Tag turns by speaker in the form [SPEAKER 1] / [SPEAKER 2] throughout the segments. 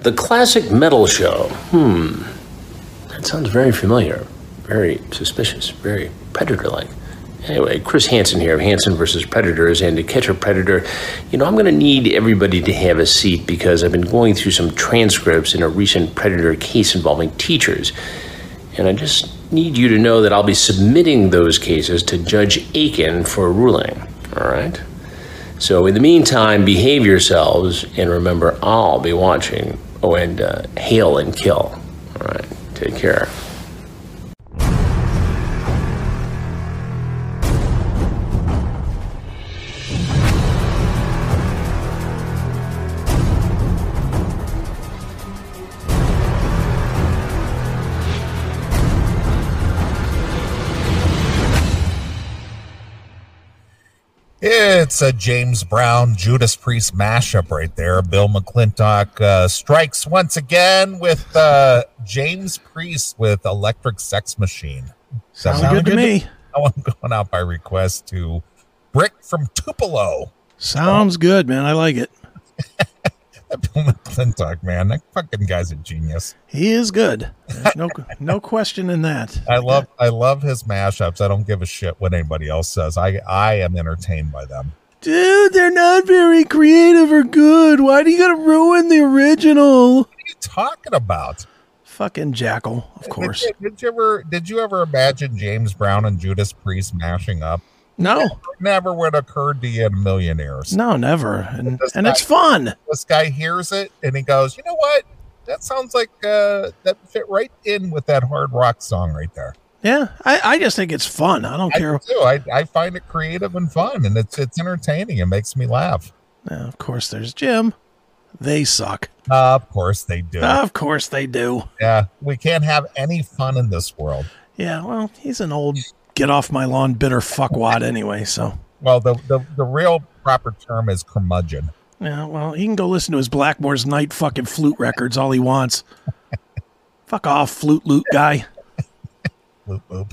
[SPEAKER 1] The Classic Metal Show. Hmm. That sounds very familiar. Very suspicious. Very predator like. Anyway, Chris Hansen here of Hansen versus Predators, and to catch a predator, you know, I'm going to need everybody to have a seat because I've been going through some transcripts in a recent predator case involving teachers. And I just need you to know that I'll be submitting those cases to Judge Aiken for a ruling. All right? So, in the meantime, behave yourselves and remember, I'll be watching. Oh, and uh, hail and kill. All right, take care.
[SPEAKER 2] It's a James Brown Judas Priest mashup right there. Bill McClintock uh, strikes once again with uh, James Priest with Electric Sex Machine.
[SPEAKER 3] Sounds good to me.
[SPEAKER 2] Now I'm going out by request to Brick from Tupelo.
[SPEAKER 3] Sounds good, man. I like it.
[SPEAKER 2] That Bill McClintock, man, that fucking guy's a genius.
[SPEAKER 3] He is good. There's no, no question in that.
[SPEAKER 2] I love I love his mashups. I don't give a shit what anybody else says. I I am entertained by them.
[SPEAKER 3] Dude, they're not very creative or good. Why do you gotta ruin the original?
[SPEAKER 2] What are you talking about?
[SPEAKER 3] Fucking jackal, of course.
[SPEAKER 2] Did, you- did you ever did you ever imagine James Brown and Judas Priest mashing up?
[SPEAKER 3] No,
[SPEAKER 2] Never would have occurred to you in a million years.
[SPEAKER 3] no, never. And, and it's fun.
[SPEAKER 2] This guy hears it and he goes, "You know what? That sounds like uh, that fit right in with that hard rock song right there."
[SPEAKER 3] Yeah, I, I just think it's fun. I don't
[SPEAKER 2] I
[SPEAKER 3] care.
[SPEAKER 2] do. I, I find it creative and fun, and it's it's entertaining. It makes me laugh.
[SPEAKER 3] Yeah, of course, there's Jim. They suck.
[SPEAKER 2] Uh, of course they do.
[SPEAKER 3] Of course, they do.
[SPEAKER 2] yeah, we can't have any fun in this world.
[SPEAKER 3] Yeah, well, he's an old get off my lawn bitter fuckwad anyway, so.
[SPEAKER 2] Well, the the, the real proper term is curmudgeon.
[SPEAKER 3] Yeah, well, he can go listen to his Blackmore's Night fucking flute records all he wants. Fuck off, flute loot guy.
[SPEAKER 2] Boop, boop.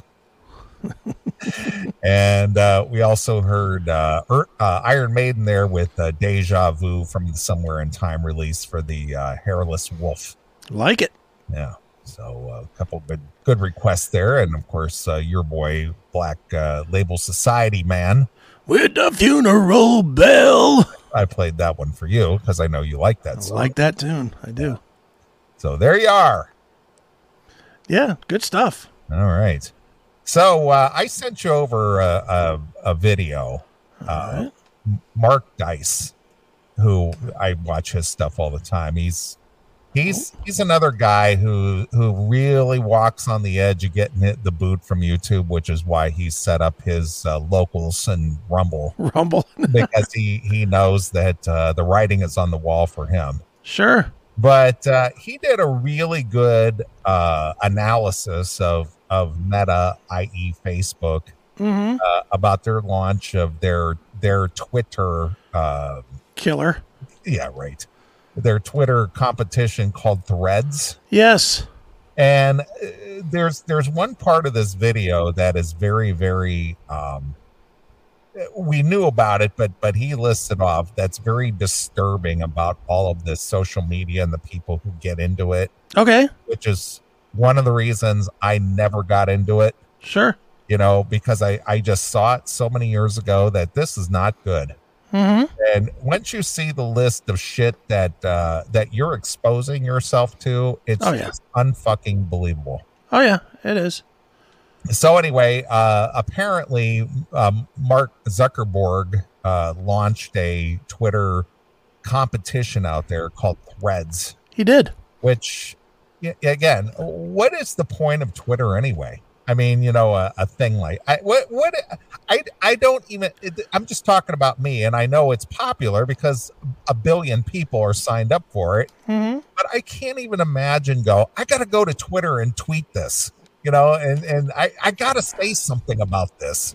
[SPEAKER 2] and uh, we also heard uh, Er- uh, Iron Maiden there with uh, Deja Vu from the Somewhere in Time release for the uh, Hairless Wolf.
[SPEAKER 3] Like it.
[SPEAKER 2] Yeah. So uh, a couple good good requests there, and of course uh, your boy Black uh, Label Society man.
[SPEAKER 3] With the funeral bell.
[SPEAKER 2] I played that one for you because I know you like that
[SPEAKER 3] I
[SPEAKER 2] song.
[SPEAKER 3] like that tune. I do.
[SPEAKER 2] so there you are.
[SPEAKER 3] Yeah, good stuff.
[SPEAKER 2] All right. So uh, I sent you over a, a, a video. Uh, M- Mark Dice, who I watch his stuff all the time. He's he's he's another guy who who really walks on the edge of getting hit the boot from YouTube, which is why he set up his uh, locals and Rumble
[SPEAKER 3] Rumble.
[SPEAKER 2] because he he knows that uh, the writing is on the wall for him.
[SPEAKER 3] sure.
[SPEAKER 2] but uh, he did a really good uh, analysis of of Meta, i.e., Facebook,
[SPEAKER 3] Mm-hmm.
[SPEAKER 2] uh, about their launch of their their Twitter. Uh,
[SPEAKER 3] Killer.
[SPEAKER 2] yeah, right. Their Twitter competition called Threads,
[SPEAKER 3] Yes.
[SPEAKER 2] and uh, there's there's one part of this video that is very very. Um, we knew about it, but but he listed off that's very disturbing about all of this social media and the people who get into it
[SPEAKER 3] Okay.
[SPEAKER 2] which is one of the reasons I never got into it,
[SPEAKER 3] Sure.
[SPEAKER 2] you know, because I, I just saw it so many years ago that this is not good.
[SPEAKER 3] Mm-hmm.
[SPEAKER 2] And once you see the list of shit that uh, that you're exposing yourself to, it's
[SPEAKER 3] Oh, yeah.
[SPEAKER 2] just unfucking believable.
[SPEAKER 3] Oh, yeah, it is.
[SPEAKER 2] So anyway, uh, apparently um, Mark Zuckerberg uh, launched a Twitter competition out there called Threads,
[SPEAKER 3] He did.
[SPEAKER 2] which y- again what is the point of twitter anyway i mean you know a, a thing like i what what i i don't even it, i'm just talking about me and i know it's popular because a billion people are signed up for it
[SPEAKER 3] Mm-hmm.
[SPEAKER 2] but i can't even imagine go i gotta go to twitter and tweet this you know and and i i gotta say something about this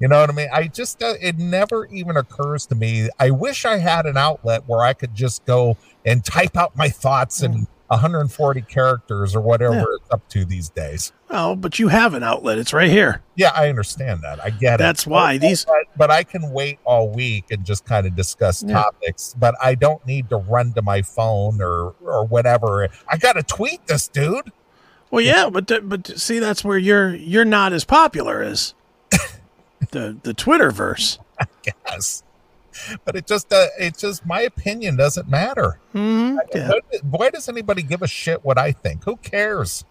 [SPEAKER 2] you know what i mean i just uh, it never even occurs to me i wish i had an outlet where i could just go and type out my thoughts and 140 characters or whatever it's up to these days.
[SPEAKER 3] Oh, but you have an outlet. It's right here.
[SPEAKER 2] Yeah, I understand that. I get it.
[SPEAKER 3] That's why these.
[SPEAKER 2] But, but I can wait all week and just kind of discuss
[SPEAKER 3] Yeah.
[SPEAKER 2] topics, but I don't need to run to my phone or or whatever. I got to tweet this dude.
[SPEAKER 3] Well, yeah, but th- but see, that's where you're you're not as popular as the the Twitterverse.
[SPEAKER 2] Yes. But it just uh, it's just my opinion doesn't matter.
[SPEAKER 3] Mhm, yeah.
[SPEAKER 2] Why- Why does anybody give a shit what I think? Who cares?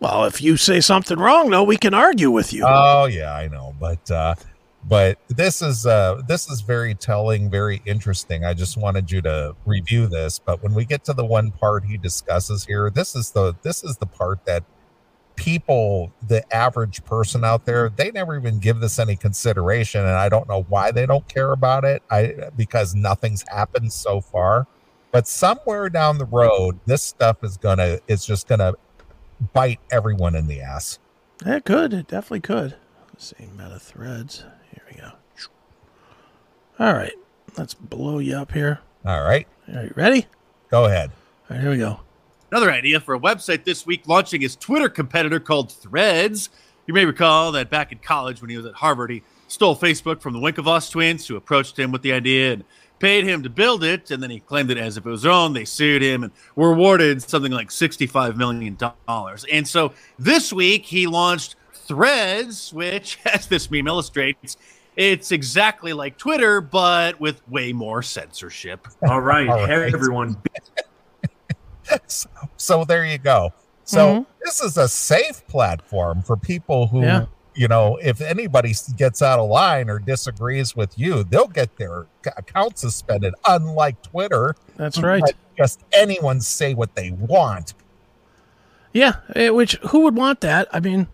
[SPEAKER 3] Well, if you Uh, say something wrong, though, we can argue with you.
[SPEAKER 2] Oh yeah, I know, but uh but this is uh this is very telling, very interesting. I just wanted you to review this, but when we get to the one part he discusses here, this is the this is the part that people the average person out there they never even give this any consideration and i don't know why they don't care about it i because nothing's happened so far but somewhere down the road this stuff is gonna it's just gonna bite everyone in the ass
[SPEAKER 3] It could. It definitely could. Let's see, meta threads. Here we go. All right. Let's blow you up here.
[SPEAKER 2] all right
[SPEAKER 3] All right. Ready?
[SPEAKER 2] Go ahead.
[SPEAKER 3] All right. Here we go.
[SPEAKER 4] Another idea for a website this week launching his Twitter competitor called Threads. You may recall that back in college when he was at Harvard, he stole Facebook from the Winklevoss twins who approached him with the idea and paid him to build it. And then he claimed it as if it was their own. They sued him and were awarded something like $65 million. And so this week he launched Threads, which, as this meme illustrates, it's exactly like Twitter, but with way more censorship.
[SPEAKER 5] All right,
[SPEAKER 2] All right.
[SPEAKER 5] everyone,
[SPEAKER 2] So, so there you go. So this is a safe platform for people who,
[SPEAKER 3] Mm-hmm. Yeah.
[SPEAKER 2] you know, if anybody s- gets out of line or disagrees with you, they'll get their c- account suspended. Unlike Twitter,
[SPEAKER 3] That's right.
[SPEAKER 2] let just anyone say what they want.
[SPEAKER 3] Yeah. eh, Which who would want that? I mean,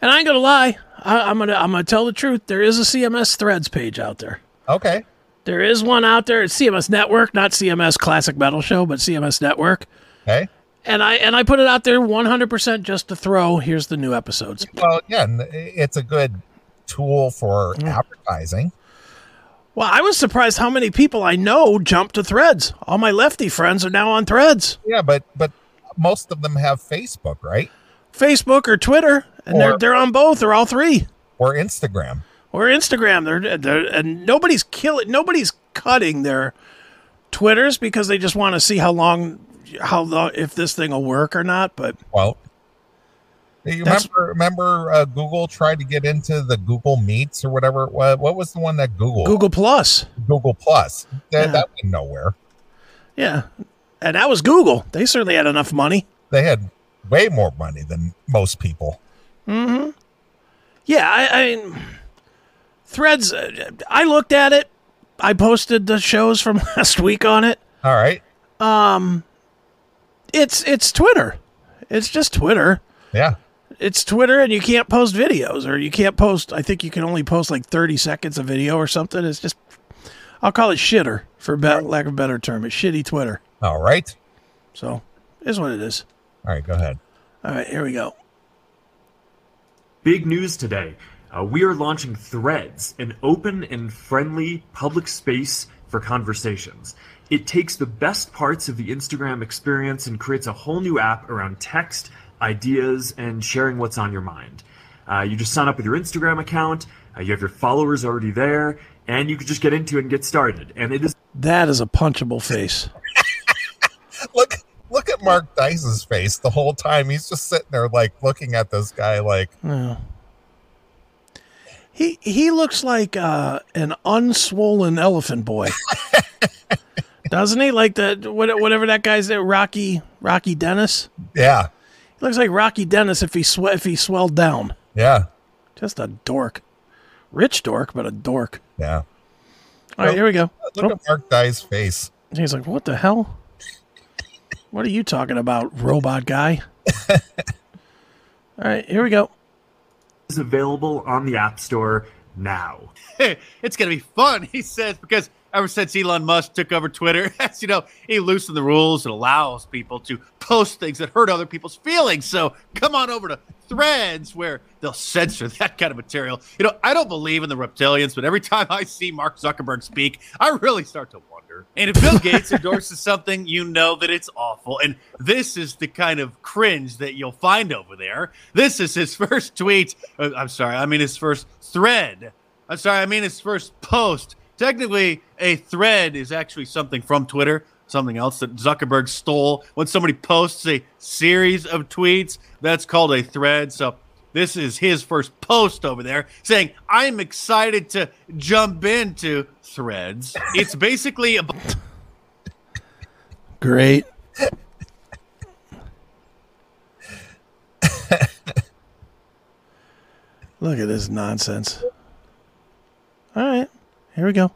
[SPEAKER 3] and I ain't gonna lie. I, I'm gonna I'm gonna tell the truth. There is a CMS Threads page out there.
[SPEAKER 2] Okay.
[SPEAKER 3] There is one out there. It's CMS Network, not CMS Classic Metal Show, but CMS Network.
[SPEAKER 2] Okay.
[SPEAKER 3] And I and I put it out there 100% just to throw. Here's the new episodes.
[SPEAKER 2] Well, again, i- it's a good tool for
[SPEAKER 3] Mm.
[SPEAKER 2] advertising.
[SPEAKER 3] Well, I was surprised how many people I know jumped to Threads. All my lefty friends are now on Threads,
[SPEAKER 2] Yeah, but but most of them have Facebook, right?
[SPEAKER 3] Facebook or Twitter, and
[SPEAKER 2] Or-
[SPEAKER 3] they're they're on both or all three
[SPEAKER 2] Or Instagram.
[SPEAKER 3] or Instagram. They're, they're and nobody's killing. Nobody's cutting their Twitters because they just want to see how long, how long if this thing will work or not. But
[SPEAKER 2] Well, you
[SPEAKER 3] That's-
[SPEAKER 2] remember remember uh, Google tried to get into the Google Meets or whatever it was. What was the one that Google Google,
[SPEAKER 3] Google Plus,
[SPEAKER 2] Plus that,
[SPEAKER 3] Yeah.
[SPEAKER 2] that went nowhere.
[SPEAKER 3] yeah, and that was Google. They certainly had enough money.
[SPEAKER 2] They had way more money than most people.
[SPEAKER 3] Yeah, I, I mean, Threads. uh, I looked at it. I posted the shows from last week on it.
[SPEAKER 2] All right,
[SPEAKER 3] It's it's Twitter. It's just Twitter.
[SPEAKER 2] yeah,
[SPEAKER 3] It's Twitter, and you can't post videos, or you can't post. I think you can only post like thirty seconds of video or something. It's just, I'll call it shitter for be- lack of a better term. It's shitty Twitter.
[SPEAKER 2] all right,
[SPEAKER 3] So, it is what it is.
[SPEAKER 2] all right. Go ahead.
[SPEAKER 3] All right, here we go.
[SPEAKER 5] Big news today. Uh, we are launching Threads, an open and friendly public space for conversations. It takes the best parts of the Instagram experience and creates a whole new app around text, ideas, and sharing what's on your mind. Uh, you just sign up with your Instagram account, uh, you have your followers already there, and you can just get into it and get started. And it is
[SPEAKER 3] That is a punchable face.
[SPEAKER 2] Look look at Mark Dice's face the whole time. He's just sitting there like looking at this guy like
[SPEAKER 3] No. He he looks like uh, an unswollen elephant boy, doesn't he? Like the what- whatever that guy's there, Rocky Rocky Dennis.
[SPEAKER 2] yeah
[SPEAKER 3] He looks like Rocky Dennis if he swe- if he swelled down.
[SPEAKER 2] yeah
[SPEAKER 3] Just a dork, rich dork, but a dork.
[SPEAKER 2] yeah.
[SPEAKER 3] All right, here we go.
[SPEAKER 2] Look at Mark Dice's face.
[SPEAKER 3] And He's like, what the hell? What are you talking about, robot guy? All right, here we go.
[SPEAKER 5] is available on the App Store now.
[SPEAKER 4] it's going to be fun, he says, because ever since Elon Musk took over Twitter. As you know, he loosened the rules and allows people to post things that hurt other people's feelings. So come on over to Threads where they'll censor that kind of material. You know, I don't believe in the reptilians, but every time I see Mark Zuckerberg speak, I really start to wonder. And if Bill Gates endorses something, you know that it's awful. And this is the kind of cringe that you'll find over there. This is his first tweet. uh, I'm sorry, I mean his first thread. I'm sorry, I mean his first post. Technically, a thread is actually something from Twitter, something else that Zuckerberg stole. When somebody posts a series of tweets, that's called a thread. So this is his first post over there saying, I'm excited to jump into threads. It's basically a.
[SPEAKER 3] Great. Look at this nonsense. All right, here we go.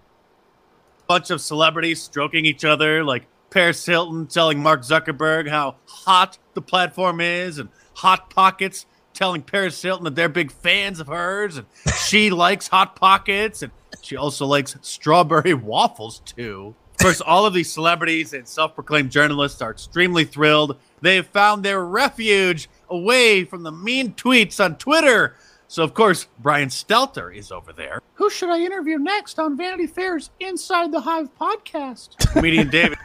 [SPEAKER 4] bunch of celebrities stroking each other, like Paris Hilton telling Mark Zuckerberg how hot the platform is, and Hot Pockets telling Paris Hilton that they're big fans of hers, and she likes Hot Pockets, and she also likes strawberry waffles too. Of course, all of these celebrities and self proclaimed journalists are extremely thrilled. They've found their refuge away from the mean tweets on Twitter. So, of course, Brian Stelter is over there. Who should I interview next on Vanity Fair's Inside the Hive podcast? Comedian David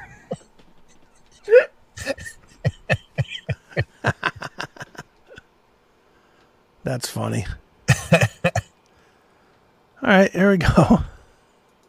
[SPEAKER 3] That's funny. All right, here we go.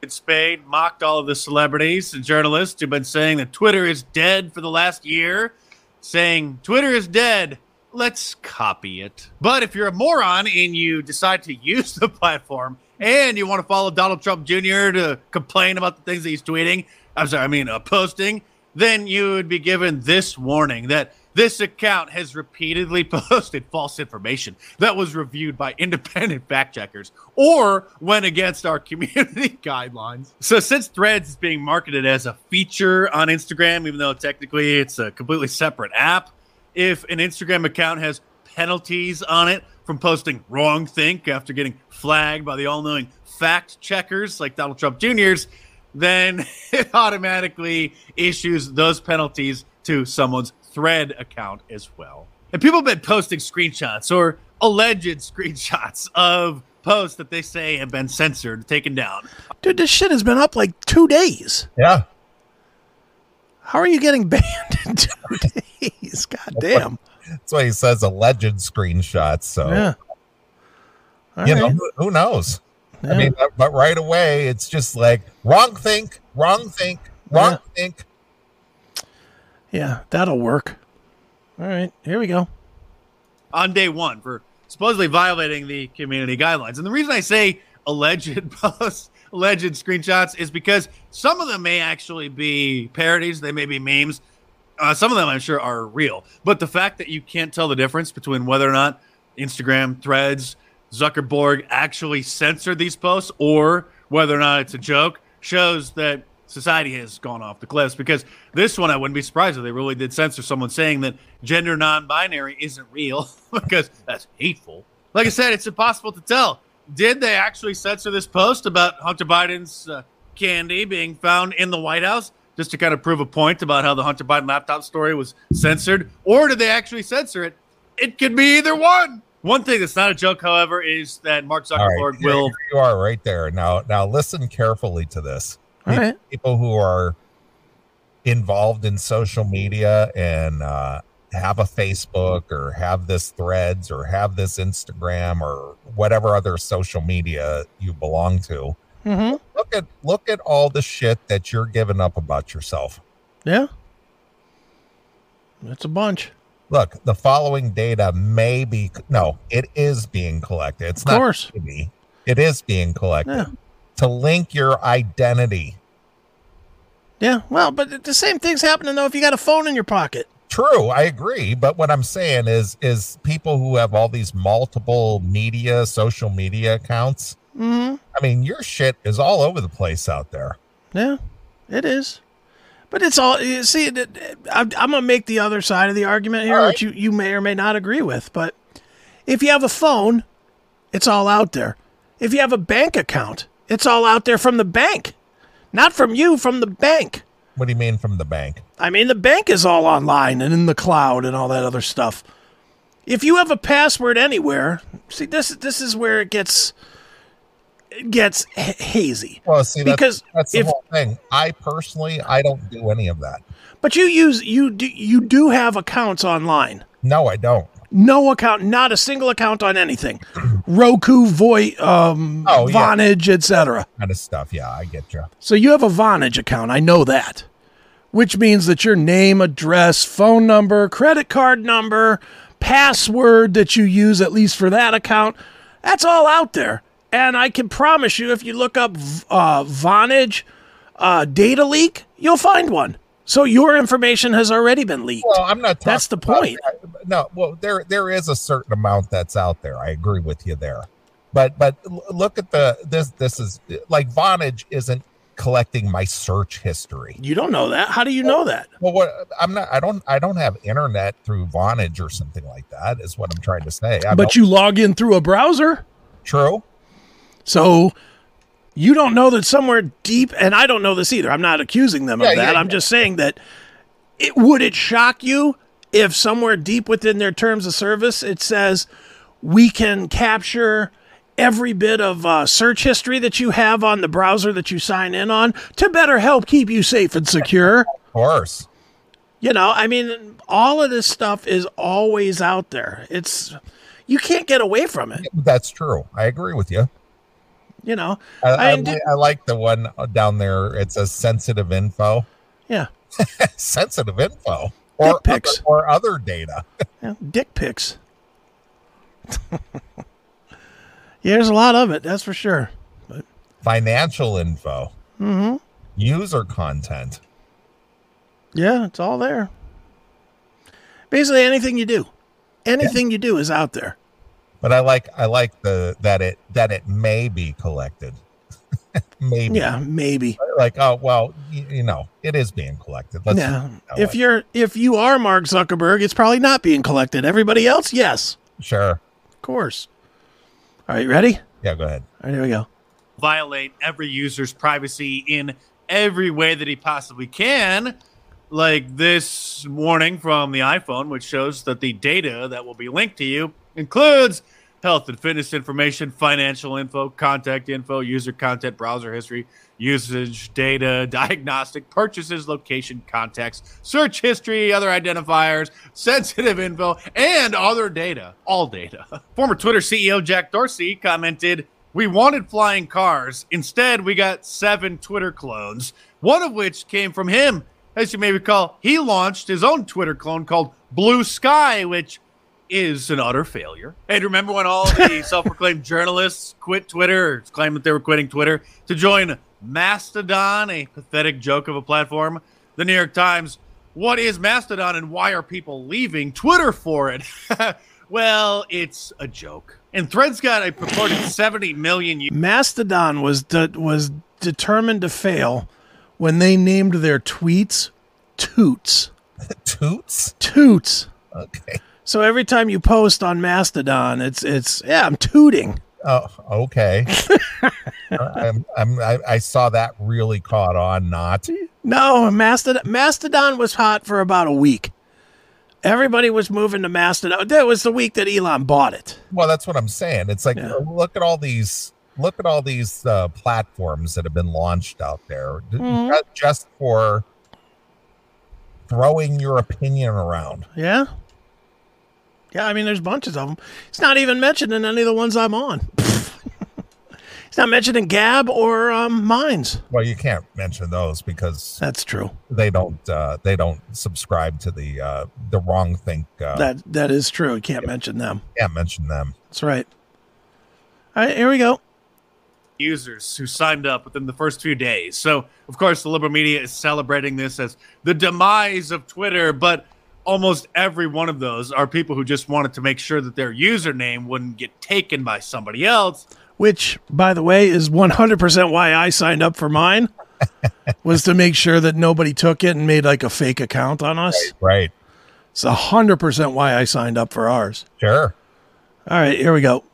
[SPEAKER 4] Spade mocked all of the celebrities and journalists who've been saying that Twitter is dead for the last year, saying, Twitter is dead. Let's copy it. But if you're a moron and you decide to use the platform and you want to follow Donald Trump Jr. to complain about the things that he's tweeting, I'm sorry, I mean, uh, posting, then you would be given this warning that this account has repeatedly posted false information that was reviewed by independent fact checkers or went against our community guidelines. So, since Threads is being marketed as a feature on Instagram, even though technically it's a completely separate app, if an Instagram account has penalties on it from posting wrong think after getting flagged by the all knowing fact checkers like Donald Trump Jr.'s, then it automatically issues those penalties to someone's thread account as well. And people have been posting screenshots or alleged screenshots of posts that they say have been censored, taken down.
[SPEAKER 3] Dude, this shit has been up like two days.
[SPEAKER 2] Yeah.
[SPEAKER 3] How are you getting banned in two days? God damn.
[SPEAKER 2] That's why he says alleged screenshots. So,
[SPEAKER 3] Yeah. All
[SPEAKER 2] Oh. you know,
[SPEAKER 3] right.
[SPEAKER 2] who, who knows? I
[SPEAKER 3] Yeah.
[SPEAKER 2] mean, but, but right away, it's just like wrong think, wrong think, wrong think.
[SPEAKER 3] Yeah, that'll work. All right, here we go.
[SPEAKER 4] on day one for supposedly violating the community guidelines. And the reason I say alleged posts, alleged screenshots, is because some of them may actually be parodies, they may be memes. Uh, some of them, I'm sure, are real. But the fact that you can't tell the difference between whether or not Instagram, threads, Zuckerberg actually censored these posts or whether or not it's a joke shows that society has gone off the cliffs because this one I wouldn't be surprised if they really did censor someone saying that gender non-binary isn't real because that's hateful. Like I said, it's impossible to tell. Did they actually censor this post about Hunter Biden's uh, candy being found in the White House just to kind of prove a point about how the Hunter Biden laptop story was censored or did they actually censor it? It could be either one. One thing that's not a joke, however, is that Mark
[SPEAKER 2] All
[SPEAKER 4] Zuckerberg
[SPEAKER 2] right,
[SPEAKER 4] will
[SPEAKER 2] Here you are right there. Now, now listen carefully to this.
[SPEAKER 3] All
[SPEAKER 2] These
[SPEAKER 3] right.
[SPEAKER 2] People who are involved in social media and uh, have a Facebook or have this Threads or have this Instagram or whatever other social media you belong to.
[SPEAKER 3] Mm-hmm.
[SPEAKER 2] Look at look at all the shit that you're giving up about yourself.
[SPEAKER 3] Yeah. That's a bunch.
[SPEAKER 2] Look, the following data may be no, it is being collected. It's
[SPEAKER 3] Of
[SPEAKER 2] not
[SPEAKER 3] course.
[SPEAKER 2] maybe. It is being collected
[SPEAKER 3] Yeah.
[SPEAKER 2] to link your identity.
[SPEAKER 3] Yeah. Well, but the- the same thing's happening though if you got a phone in your pocket.
[SPEAKER 2] True, I agree, but what I'm saying is is people who have all these multiple media, social media accounts.
[SPEAKER 3] Mm-hmm.
[SPEAKER 2] I mean, your shit is all over the place out there.
[SPEAKER 3] Yeah. It is. But it's all you see. it- it- I'm I'm gonna make the other side of the argument here,
[SPEAKER 2] All right.
[SPEAKER 3] which you, you may or may not agree with. But if you have a phone, it's all out there. If you have a bank account, it's all out there from the bank. Not from you, from the bank.
[SPEAKER 2] What do you mean from the bank?
[SPEAKER 3] I mean, the bank is all online and in the cloud and all that other stuff. If you have a password anywhere, see this this is where it gets it gets h- hazy.
[SPEAKER 2] Well, see, that's,
[SPEAKER 3] Because
[SPEAKER 2] that's the
[SPEAKER 3] if-
[SPEAKER 2] whole thing. I personally, I don't do any of that.
[SPEAKER 3] But you use you do you do have accounts online.
[SPEAKER 2] No, I don't.
[SPEAKER 3] No account, not a single account on anything. Roku, Voight, um,
[SPEAKER 2] Oh, yeah.
[SPEAKER 3] Vonage, etc.
[SPEAKER 2] Kind of stuff. Yeah, I get you.
[SPEAKER 3] So you have a Vonage account. I know that, which means that your name, address, phone number, credit card number, password that you use at least for that account, that's all out there. And I can promise you, if you look up uh, Vonage uh, data leak, you'll find one. So your information has already been leaked.
[SPEAKER 2] Well, I'm not. Talking
[SPEAKER 3] That's the
[SPEAKER 2] about
[SPEAKER 3] point.
[SPEAKER 2] that. No, well, there there is a certain amount that's out there. I agree with you there, but but l- look at the this this is like Vonage isn't collecting my search history.
[SPEAKER 3] You don't know that. How do you know that?
[SPEAKER 2] Well, what I'm not, I don't, I don't have internet through Vonage or something like that. Is what I'm trying to say. I
[SPEAKER 3] But
[SPEAKER 2] don't-
[SPEAKER 3] you log in through a browser.
[SPEAKER 2] true.
[SPEAKER 3] So you don't know that somewhere deep, and I don't know this either. I'm not accusing them
[SPEAKER 2] Yeah,
[SPEAKER 3] of that.
[SPEAKER 2] yeah,
[SPEAKER 3] I'm
[SPEAKER 2] yeah.
[SPEAKER 3] just saying that it would it shock you if somewhere deep within their terms of service it says we can capture every bit of uh, search history that you have on the browser that you sign in on to better help keep you safe and secure.
[SPEAKER 2] Of course.
[SPEAKER 3] You know, I mean, all of this stuff is always out there. It's you can't get away from it.
[SPEAKER 2] That's true. I agree with you.
[SPEAKER 3] You know,
[SPEAKER 2] I, I,
[SPEAKER 3] mean,
[SPEAKER 2] li- I like the one uh, down there. It says sensitive info.
[SPEAKER 3] yeah.
[SPEAKER 2] sensitive info. Or
[SPEAKER 3] Dick pics.
[SPEAKER 2] other, or other data.
[SPEAKER 3] Yeah, dick pics. yeah, there's a lot of it, that's for sure.
[SPEAKER 2] Financial info. Mm-hmm. User content.
[SPEAKER 3] Yeah, it's all there. Basically, anything you do, anything you do is out there.
[SPEAKER 2] But I like I like the that it that it may be collected. Maybe.
[SPEAKER 3] Yeah, maybe.
[SPEAKER 2] Like, oh well, you, you know, it is being collected. Let's
[SPEAKER 3] Yeah.
[SPEAKER 2] that
[SPEAKER 3] If
[SPEAKER 2] way.
[SPEAKER 3] you're if you are Mark Zuckerberg, it's probably not being collected. Everybody else, yes,
[SPEAKER 2] sure.
[SPEAKER 3] of course. All right, you ready?
[SPEAKER 2] Yeah, go ahead.
[SPEAKER 3] All right, here we go.
[SPEAKER 4] violate every user's privacy in every way that he possibly can. Like this warning from the iPhone, which shows that the data that will be linked to you includes health and fitness information, financial info, contact info, user content, browser history, usage data, diagnostic, purchases, location, contacts, search history, other identifiers, sensitive info, and other data. All data. Former Twitter CEO Jack Dorsey commented, we wanted flying cars. Instead, we got seven Twitter clones, one of which came from him. As you may recall, he launched his own Twitter clone called Blue Sky, which is an utter failure. And remember when all the self proclaimed journalists quit Twitter or claimed that they were quitting Twitter to join Mastodon, a pathetic joke of a platform? The New York Times what is Mastodon and why are people leaving Twitter for it? well, it's a joke. And Threads got a purported 70 million u-
[SPEAKER 3] Mastodon was de- was determined to fail when they named their tweets toots.
[SPEAKER 2] Toots.
[SPEAKER 3] Toots.
[SPEAKER 2] Okay.
[SPEAKER 3] So every time you post on Mastodon, it's it's yeah, I'm tooting.
[SPEAKER 2] Oh, okay. Uh, I'm, I'm, I, I saw that really caught on. Not
[SPEAKER 3] No, Mastodon Mastodon was hot for about a week. Everybody was moving to Mastodon. That was the week that Elon bought it.
[SPEAKER 2] well. That's what I'm saying. It's like
[SPEAKER 3] Yeah.
[SPEAKER 2] uh, look at all these look at all these uh, platforms that have been launched out there d-
[SPEAKER 3] Mm-hmm.
[SPEAKER 2] ju- just for throwing your opinion around.
[SPEAKER 3] Yeah. Yeah, I mean there's bunches of them. It's not even mentioned in any of the ones I'm on. it's not mentioned in Gab or um, Mines.
[SPEAKER 2] Well, you can't mention those because
[SPEAKER 3] That's true.
[SPEAKER 2] they don't uh, they don't subscribe to the uh, the wrong think. Uh,
[SPEAKER 3] That that is true. You can't mention them.
[SPEAKER 2] can't mention them.
[SPEAKER 3] That's right. All right, here we go.
[SPEAKER 4] users who signed up within the first few days. So, of course, the liberal media is celebrating this as the demise of Twitter, but almost every one of those are people who just wanted to make sure that their username wouldn't get taken by somebody else.
[SPEAKER 3] which by the way is 100% why i signed up for mine was to make sure that nobody took it and made like a fake account on us
[SPEAKER 2] Right.
[SPEAKER 3] it's 100% why i signed up for ours
[SPEAKER 2] Sure.
[SPEAKER 3] all right here we go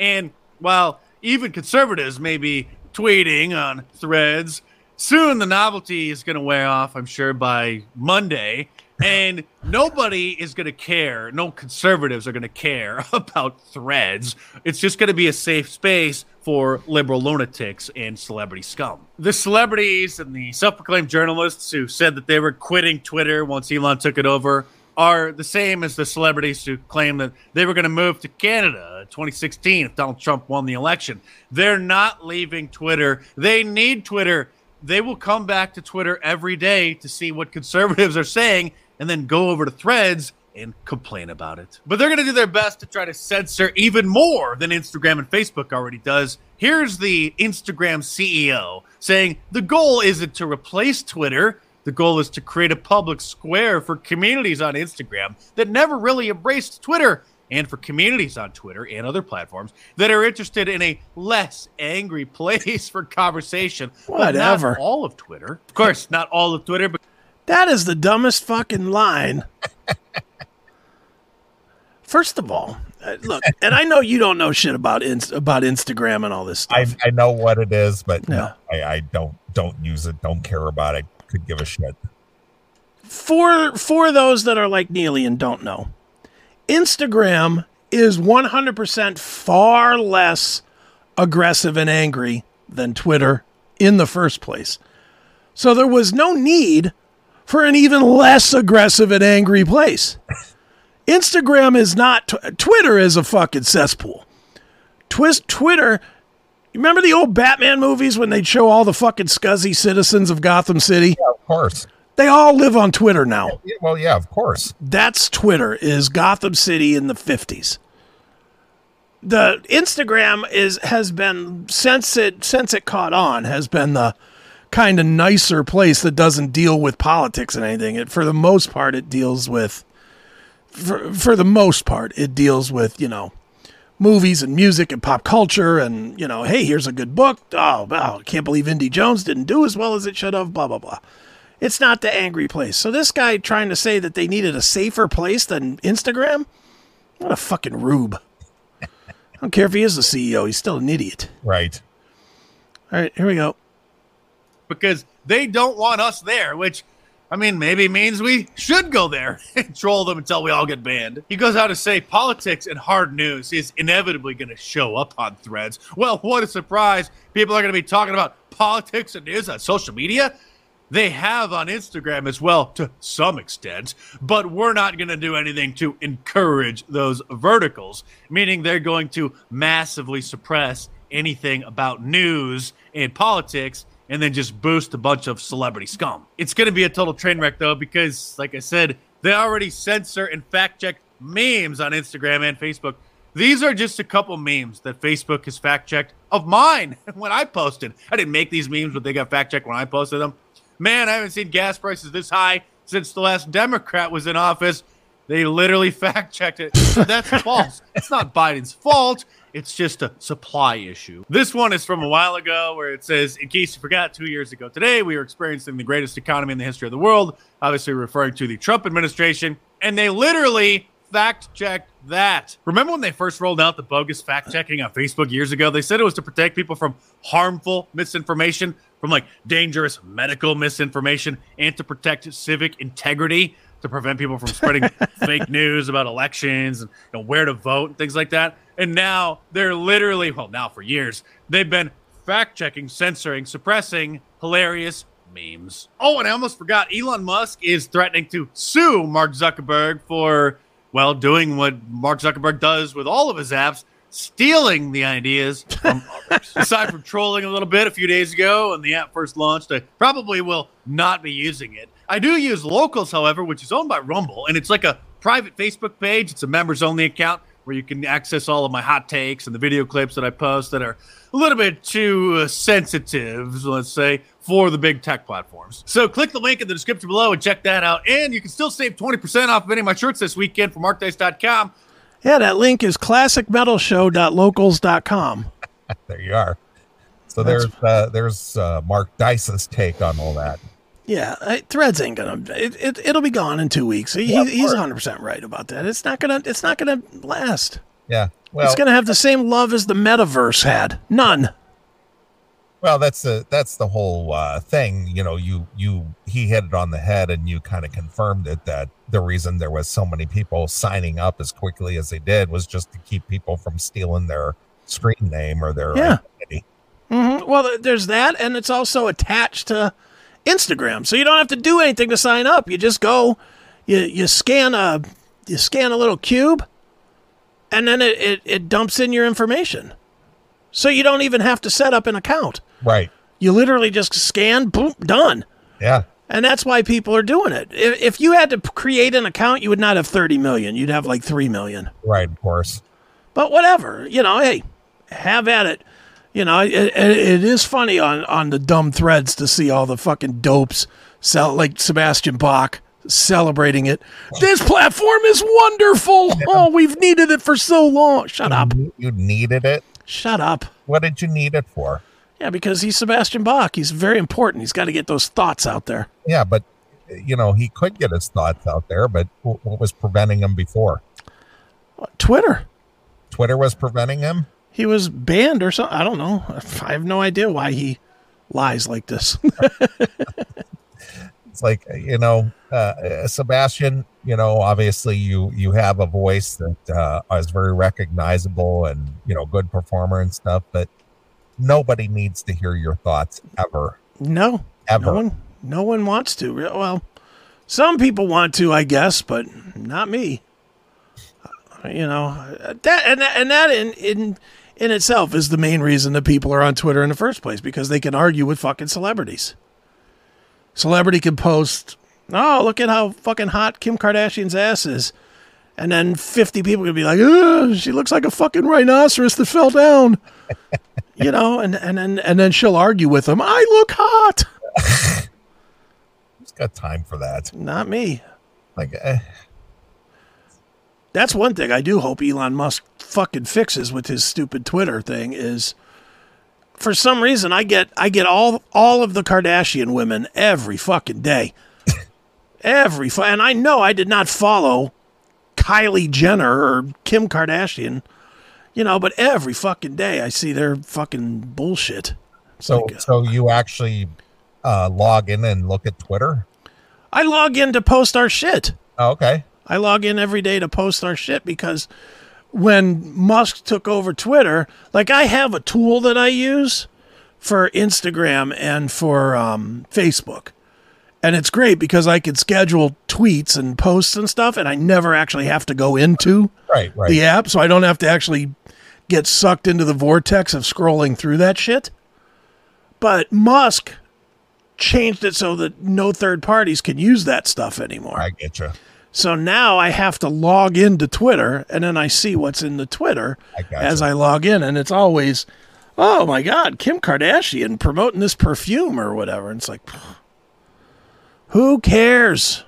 [SPEAKER 4] And while even conservatives may be tweeting on threads, soon the novelty is going to wear off, I'm sure, by Monday. And nobody is going to care. No conservatives are going to care about threads. It's just going to be a safe space for liberal lunatics and celebrity scum. The celebrities and the self proclaimed journalists who said that they were quitting Twitter once Elon took it over are the same as the celebrities who claim that they were going to move to Canada in 2016 if Donald Trump won the election. They're not leaving Twitter. They need Twitter. They will come back to Twitter every day to see what conservatives are saying and then go over to threads and complain about it. But they're going to do their best to try to censor even more than Instagram and Facebook already does. Here's the Instagram CEO saying the goal isn't to replace Twitter. The goal is to create a public square for communities on Instagram that never really embraced Twitter and for communities on Twitter and other platforms that are interested in a less angry place for conversation. But not
[SPEAKER 3] Whatever.
[SPEAKER 4] all of Twitter. Of course, not all of Twitter, but
[SPEAKER 3] That is the dumbest fucking line. First of all, uh, look, and I know you don't know shit about Inst- about Instagram and all this stuff.
[SPEAKER 2] I, I know what it is, but
[SPEAKER 3] Yeah.
[SPEAKER 2] no, I, I don't don't use it. Don't care about it. Could give a shit.
[SPEAKER 3] for for those that are like Neely and don't know, Instagram is 100% far less aggressive and angry than Twitter in the first place. So there was no need for an even less aggressive and angry place. Instagram is not tw- Twitter is a fucking cesspool. Twist Twitter you remember the old Batman movies when they'd show all the fucking scuzzy citizens of Gotham City?
[SPEAKER 2] Of course.
[SPEAKER 3] They all live on Twitter now.
[SPEAKER 2] Yeah, well, yeah, of course.
[SPEAKER 3] That's Twitter is Gotham City in the 50s. The Instagram is has been since it since it caught on has been the kind of nicer place that doesn't deal with politics and anything. It, for the most part it deals with for, for the most part it deals with, you know, movies and music and pop culture and, you know, hey, here's a good book. Oh, wow, can't believe Indy Jones didn't do as well as it should have, blah blah blah. It's not the angry place. So this guy trying to say that they needed a safer place than Instagram? What a fucking rube. I don't care if he is the CEO, he's still an idiot.
[SPEAKER 2] Right.
[SPEAKER 3] All right, here we go.
[SPEAKER 4] because they don't want us there, which I mean, maybe means we should go there and troll them until we all get banned. He goes out to say politics and hard news is inevitably going to show up on threads. Well, what a surprise. People are going to be talking about politics and news on social media. They have on Instagram as well to some extent, but we're not going to do anything to encourage those verticals, meaning they're going to massively suppress anything about news and politics and then just boost a bunch of celebrity scum. It's going to be a total train wreck, though, because, like I said, they already censor and fact check memes on Instagram and Facebook. These are just a couple memes that Facebook has fact checked of mine when I posted. I didn't make these memes, but they got fact checked when I posted them. Man, I haven't seen gas prices this high since the last Democrat was in office. They literally fact checked it. So that's false. It's not Biden's fault. It's just a supply issue. This one is from a while ago where it says, in case you forgot, two years ago today, we were experiencing the greatest economy in the history of the world, obviously referring to the Trump administration. And they literally fact checked that. Remember when they first rolled out the bogus fact checking on Facebook years ago? They said it was to protect people from harmful misinformation, from like dangerous medical misinformation, and to protect civic integrity, to prevent people from spreading fake news about elections and you know, where to vote and things like that. And now they're literally, well, now for years, they've been fact checking, censoring, suppressing hilarious memes. Oh, and I almost forgot Elon Musk is threatening to sue Mark Zuckerberg for, well, doing what Mark Zuckerberg does with all of his apps, stealing the ideas from others. Aside from trolling a little bit a few days ago when the app first launched, I probably will not be using it. I do use Locals, however, which is owned by Rumble, and it's like a private Facebook page. It's a members only account where you can access all of my hot takes and the video clips that I post that are a little bit too uh, sensitive, let's say, for the big tech platforms. So click the link in the description below and check that out. And you can still save 20% off of any of my shirts this weekend from markdice.com.
[SPEAKER 3] Yeah, that link is classicmetalshow.locals.com.
[SPEAKER 2] There you are. So there's uh, there's uh, Mark Dice's take on all that.
[SPEAKER 3] Yeah, I, Threads ain't gonna. It, it it'll be gone in two weeks. He,
[SPEAKER 2] Yeah, of
[SPEAKER 3] he's
[SPEAKER 2] course.
[SPEAKER 3] 100 percent right about that. It's not gonna. It's not gonna last.
[SPEAKER 2] Yeah. Well,
[SPEAKER 3] it's gonna have the same love as the metaverse had. None.
[SPEAKER 2] Well, that's the that's the whole uh, thing. You know, you you he hit it on the head, and you kind of confirmed it that the reason there was so many people signing up as quickly as they did was just to keep people from stealing their screen name or their
[SPEAKER 3] Yeah.
[SPEAKER 2] identity.
[SPEAKER 3] Mhm. Well, th- there's that, and it's also attached to Instagram, so you don't have to do anything to sign up. You just go, you you scan a you scan a little cube, and then it it, it dumps in your information, so you don't even have to set up an account.
[SPEAKER 2] Right?
[SPEAKER 3] You literally just scan, boom, done.
[SPEAKER 2] Yeah.
[SPEAKER 3] And that's why people are doing it. If, if you had to p- create an account, you would not have 30 million. You'd have like 3 million.
[SPEAKER 2] Right. Of course.
[SPEAKER 3] But whatever, you know, hey, have at it. You know, it, it, it is funny on, on the dumb threads to see all the fucking dopes sell, like Sebastian Bach celebrating it. This platform is wonderful. Oh, we've needed it for so long. Shut up.
[SPEAKER 2] You needed it.
[SPEAKER 3] Shut up.
[SPEAKER 2] What did you need it for?
[SPEAKER 3] Yeah, because he's Sebastian Bach. He's very important. He's got to get those thoughts out there.
[SPEAKER 2] Yeah, but you know he could get his thoughts out there, but wh- what was preventing him before?
[SPEAKER 3] What, Uh, Twitter.
[SPEAKER 2] Twitter was preventing him.
[SPEAKER 3] he was banned or something. I don't know. I have no idea why he lies like this.
[SPEAKER 2] it's like you know uh, sebastian you know obviously you you have a voice that uh, is very recognizable and you know good performer and stuff but nobody needs to hear your thoughts ever
[SPEAKER 3] no, no
[SPEAKER 2] ever
[SPEAKER 3] one, no one wants to. Re- Well, some people want to, I guess, but not me. Uh, You know that, and that, and that in in in itself is the main reason that people are on Twitter in the first place because they can argue with fucking celebrities. Celebrity can post, "Oh, look at how fucking hot Kim Kardashian's ass is." And then 50 people could be like, Ugh, she looks like a fucking rhinoceros that fell down. you know, and, and, and, and then she'll argue with them. I look hot.
[SPEAKER 2] who's got time for that
[SPEAKER 3] Not me.
[SPEAKER 2] like eh,
[SPEAKER 3] That's one thing I do hope Elon Musk fucking fixes with his stupid Twitter thing is for some reason I get I get all all of the Kardashian women every fucking day. every fu- and I know I did not follow Kylie Jenner or Kim Kardashian, you know, but every fucking day I see their fucking bullshit.
[SPEAKER 2] so so you actually uh, log in and look at twitter
[SPEAKER 3] I log in to post our shit.
[SPEAKER 2] oh, okay
[SPEAKER 3] I log in every day to post our shit because when Musk took over Twitter, like I have a tool that I use for Instagram and for um, Facebook. And it's great because I could schedule tweets and posts and stuff, and I never actually have to go into
[SPEAKER 2] right right
[SPEAKER 3] the app, so I don't have to actually get sucked into the vortex of scrolling through that shit. But Musk changed it so that no third parties can use that stuff anymore.
[SPEAKER 2] i get you
[SPEAKER 3] So now I have to log into Twitter and then I see what's in the Twitter
[SPEAKER 2] I gotcha.
[SPEAKER 3] as I log in. And it's always, oh my God, Kim Kardashian promoting this perfume or whatever. And it's like, who cares?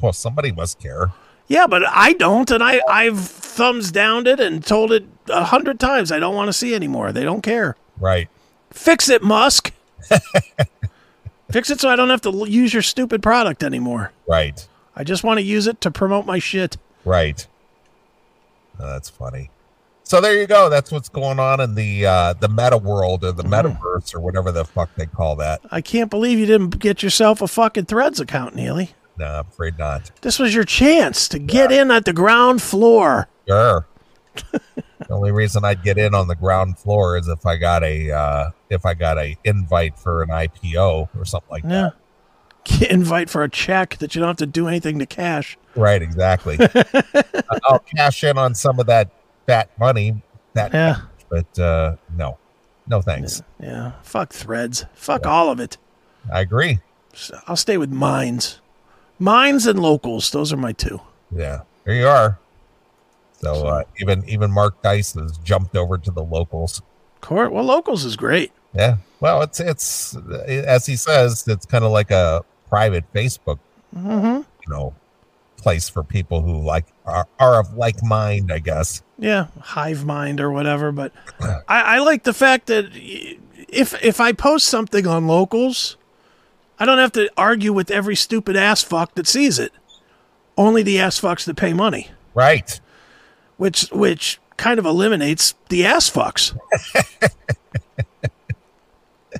[SPEAKER 2] well somebody must care
[SPEAKER 3] Yeah, but I don't. And I, I've thumbs downed it and told it a hundred times I don't want to see anymore. They don't care.
[SPEAKER 2] right
[SPEAKER 3] Fix it, Musk. Fix it so I don't have to l- use your stupid product anymore.
[SPEAKER 2] right
[SPEAKER 3] I just want to use it to promote my shit.
[SPEAKER 2] Right. Oh, that's funny. So there you go. That's what's going on in the uh, the meta world or the
[SPEAKER 3] Mm-hmm.
[SPEAKER 2] metaverse or whatever the fuck they call that.
[SPEAKER 3] I can't believe you didn't get yourself a fucking Threads account, Neely.
[SPEAKER 2] No, I'm afraid not.
[SPEAKER 3] This was your chance to get in at the ground floor.
[SPEAKER 2] Sure. the only reason I'd get in on the ground floor is if I got a uh, if I got a invite for an IPO or something like
[SPEAKER 3] Yeah.
[SPEAKER 2] that.
[SPEAKER 3] Get invite for a check that you don't have to do anything to cash.
[SPEAKER 2] Right. Exactly. I'll cash in on some of that fat money. That,
[SPEAKER 3] Yeah.
[SPEAKER 2] but uh, no, no thanks.
[SPEAKER 3] Yeah. Fuck Threads. Fuck all of it.
[SPEAKER 2] I agree.
[SPEAKER 3] So I'll stay with mines. Mines and locals. Those are my two.
[SPEAKER 2] Yeah, here you are. So uh, even even Mark Dice has jumped over to the locals.
[SPEAKER 3] Court. Well, locals is great.
[SPEAKER 2] Yeah, well, it's it's as he says, it's kind of like a private Facebook,
[SPEAKER 3] Mm-hmm.
[SPEAKER 2] you know, place for people who like are, are of like mind, I guess.
[SPEAKER 3] yeah, hive mind or whatever. But I, I like the fact that y- if if I post something on locals, I don't have to argue with every stupid ass fuck that sees it. Only the ass fucks that pay money,
[SPEAKER 2] Right?
[SPEAKER 3] which which kind of eliminates the ass fucks.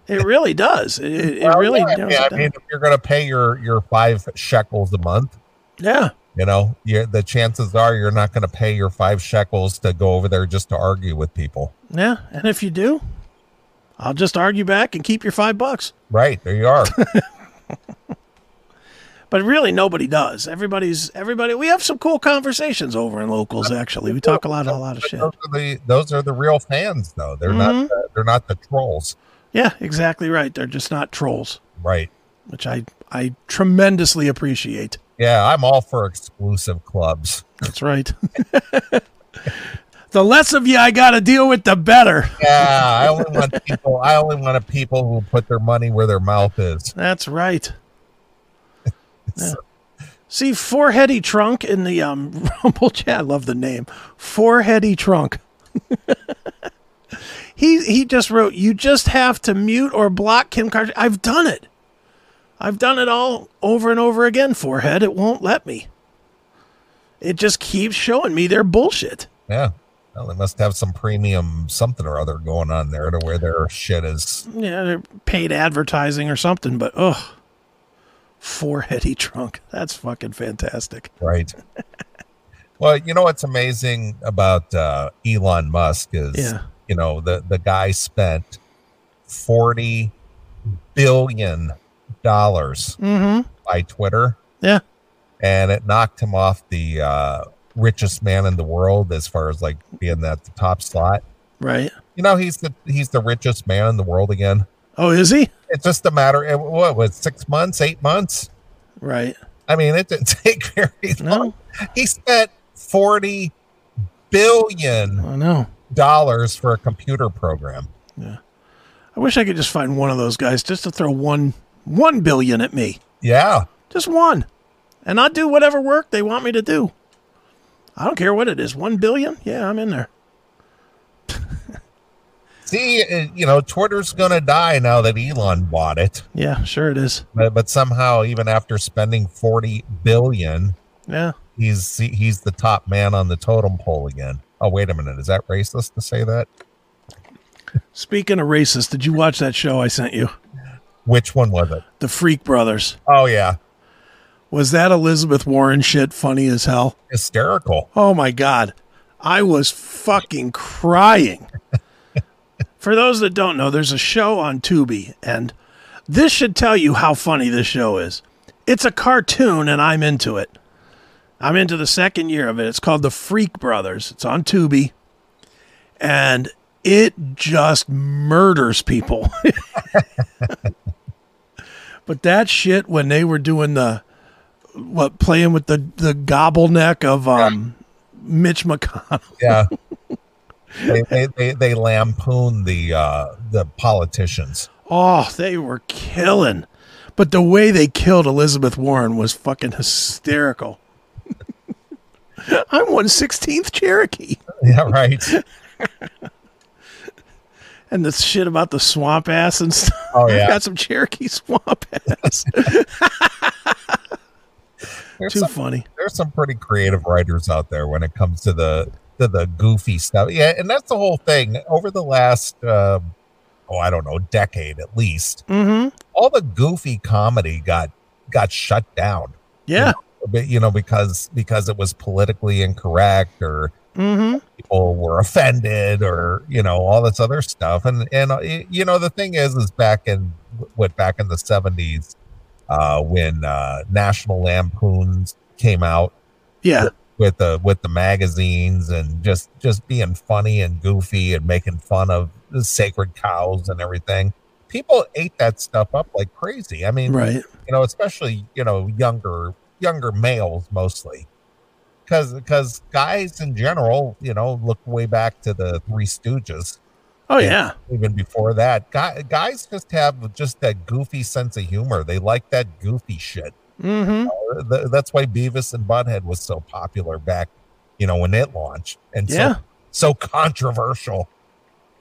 [SPEAKER 3] It really does. It, it, it
[SPEAKER 2] Well,
[SPEAKER 3] really
[SPEAKER 2] yeah, I
[SPEAKER 3] narrows
[SPEAKER 2] mean,
[SPEAKER 3] it
[SPEAKER 2] I
[SPEAKER 3] down.
[SPEAKER 2] mean, if you're going to pay your your five shekels a month,
[SPEAKER 3] yeah.
[SPEAKER 2] you know, you the chances are you're not going to pay your five shekels to go over there just to argue with people.
[SPEAKER 3] Yeah. And if you do, I'll just argue back and keep your five bucks.
[SPEAKER 2] Right there, you are.
[SPEAKER 3] But really, nobody does. Everybody's everybody. We have some cool conversations over in locals. Actually, we talk a lot, a lot of shit.
[SPEAKER 2] those, are the, those are the real fans, though. They're not the, they're not the trolls,
[SPEAKER 3] Yeah, exactly right. They're just not trolls,
[SPEAKER 2] right?
[SPEAKER 3] which I I tremendously appreciate.
[SPEAKER 2] Yeah, I'm all for exclusive clubs.
[SPEAKER 3] That's right. the less of you I got to deal with, the better.
[SPEAKER 2] Yeah, I only want people. I only want people who put their money where their mouth is.
[SPEAKER 3] That's right. Yeah. See, foreheady trunk in the um, Rumble chat. I love the name, foreheady trunk. he he just wrote, "You just have to mute or block Kim Kardashian." I've done it. I've done it all over and over again. Forehead, it won't let me. It just keeps showing me their bullshit.
[SPEAKER 2] Yeah. Well, they must have some premium something or other going on there to where their shit is.
[SPEAKER 3] yeah, they're paid advertising or something, but ugh. Foreheady trunk. That's fucking fantastic.
[SPEAKER 2] Right. well, you know what's amazing about uh, Elon Musk is,
[SPEAKER 3] Yeah.
[SPEAKER 2] you know, the, the guy spent $40 billion
[SPEAKER 3] Mm-hmm.
[SPEAKER 2] by Twitter
[SPEAKER 3] Yeah.
[SPEAKER 2] and it knocked him off the uh, richest man in the world as far as like being at the top slot.
[SPEAKER 3] Right.
[SPEAKER 2] You know, he's the he's the richest man in the world again.
[SPEAKER 3] Oh, is he?
[SPEAKER 2] It's just a matter of what was it, six months, eight months.
[SPEAKER 3] Right.
[SPEAKER 2] I mean, it didn't take very
[SPEAKER 3] No.
[SPEAKER 2] long. He spent forty billion
[SPEAKER 3] I know.
[SPEAKER 2] dollars for a computer program.
[SPEAKER 3] I wish I could just find one of those guys just to throw one one billion at me.
[SPEAKER 2] Yeah,
[SPEAKER 3] Just one. And I'll do whatever work they want me to do. I don't care what it is. One billion? Yeah, I'm in there.
[SPEAKER 2] see, uh, you know, Twitter's gonna die now that Elon bought it.
[SPEAKER 3] Yeah, sure it is.
[SPEAKER 2] But, but somehow, even after spending forty billion,
[SPEAKER 3] Yeah.
[SPEAKER 2] he's he- he's the top man on the totem pole again. Oh, wait a minute, is that racist to say that?
[SPEAKER 3] Speaking of racist, did you watch that show I sent you?
[SPEAKER 2] Which one was it?
[SPEAKER 3] The Freak Brothers.
[SPEAKER 2] Oh yeah,
[SPEAKER 3] Was that Elizabeth Warren shit funny as hell?
[SPEAKER 2] hysterical.
[SPEAKER 3] Oh my God. I was fucking crying. For those that don't know, there's a show on Tubi, and this should tell you how funny this show is. It's a cartoon, and I'm into it. I'm into the second year of it. It's called The Freak Brothers. It's on Tubi, and it just murders people. but that shit when they were doing the what playing with the the gobble neck of um Mitch McConnell.
[SPEAKER 2] Yeah. they, they, they, they lampoon the uh, the politicians.
[SPEAKER 3] Oh, they were killing. But the way they killed Elizabeth Warren was fucking hysterical. I'm one sixteenth Cherokee.
[SPEAKER 2] Yeah, right.
[SPEAKER 3] And this shit about the swamp ass and stuff.
[SPEAKER 2] Oh, yeah.
[SPEAKER 3] I've got some Cherokee swamp ass.
[SPEAKER 2] There's
[SPEAKER 3] Too
[SPEAKER 2] some,
[SPEAKER 3] funny.
[SPEAKER 2] there's some pretty creative writers out there when it comes to the to the goofy stuff. Yeah, and that's the whole thing. Over the last uh, oh, I don't know, decade at least,
[SPEAKER 3] Mm-hmm.
[SPEAKER 2] all the goofy comedy got got shut down.
[SPEAKER 3] Yeah.
[SPEAKER 2] But, you know, because because it was politically incorrect or
[SPEAKER 3] Mm-hmm.
[SPEAKER 2] people were offended or you know all this other stuff and and uh, y- you know the thing is is back in what back in the 70s uh when uh national lampoons came out
[SPEAKER 3] Yeah.
[SPEAKER 2] with the with the magazines and just just being funny and goofy and making fun of the sacred cows and everything people ate that stuff up like crazy i mean
[SPEAKER 3] Right.
[SPEAKER 2] you know, especially you know younger younger males mostly, because because guys in general, you know, look way back to the Three Stooges,
[SPEAKER 3] Oh yeah.
[SPEAKER 2] even before that. Guy, guys just have just that goofy sense of humor. They like that goofy shit.
[SPEAKER 3] Mm-hmm.
[SPEAKER 2] Uh, th- That's why Beavis and Butthead was so popular back, you know, when it launched, and
[SPEAKER 3] Yeah.
[SPEAKER 2] so so controversial.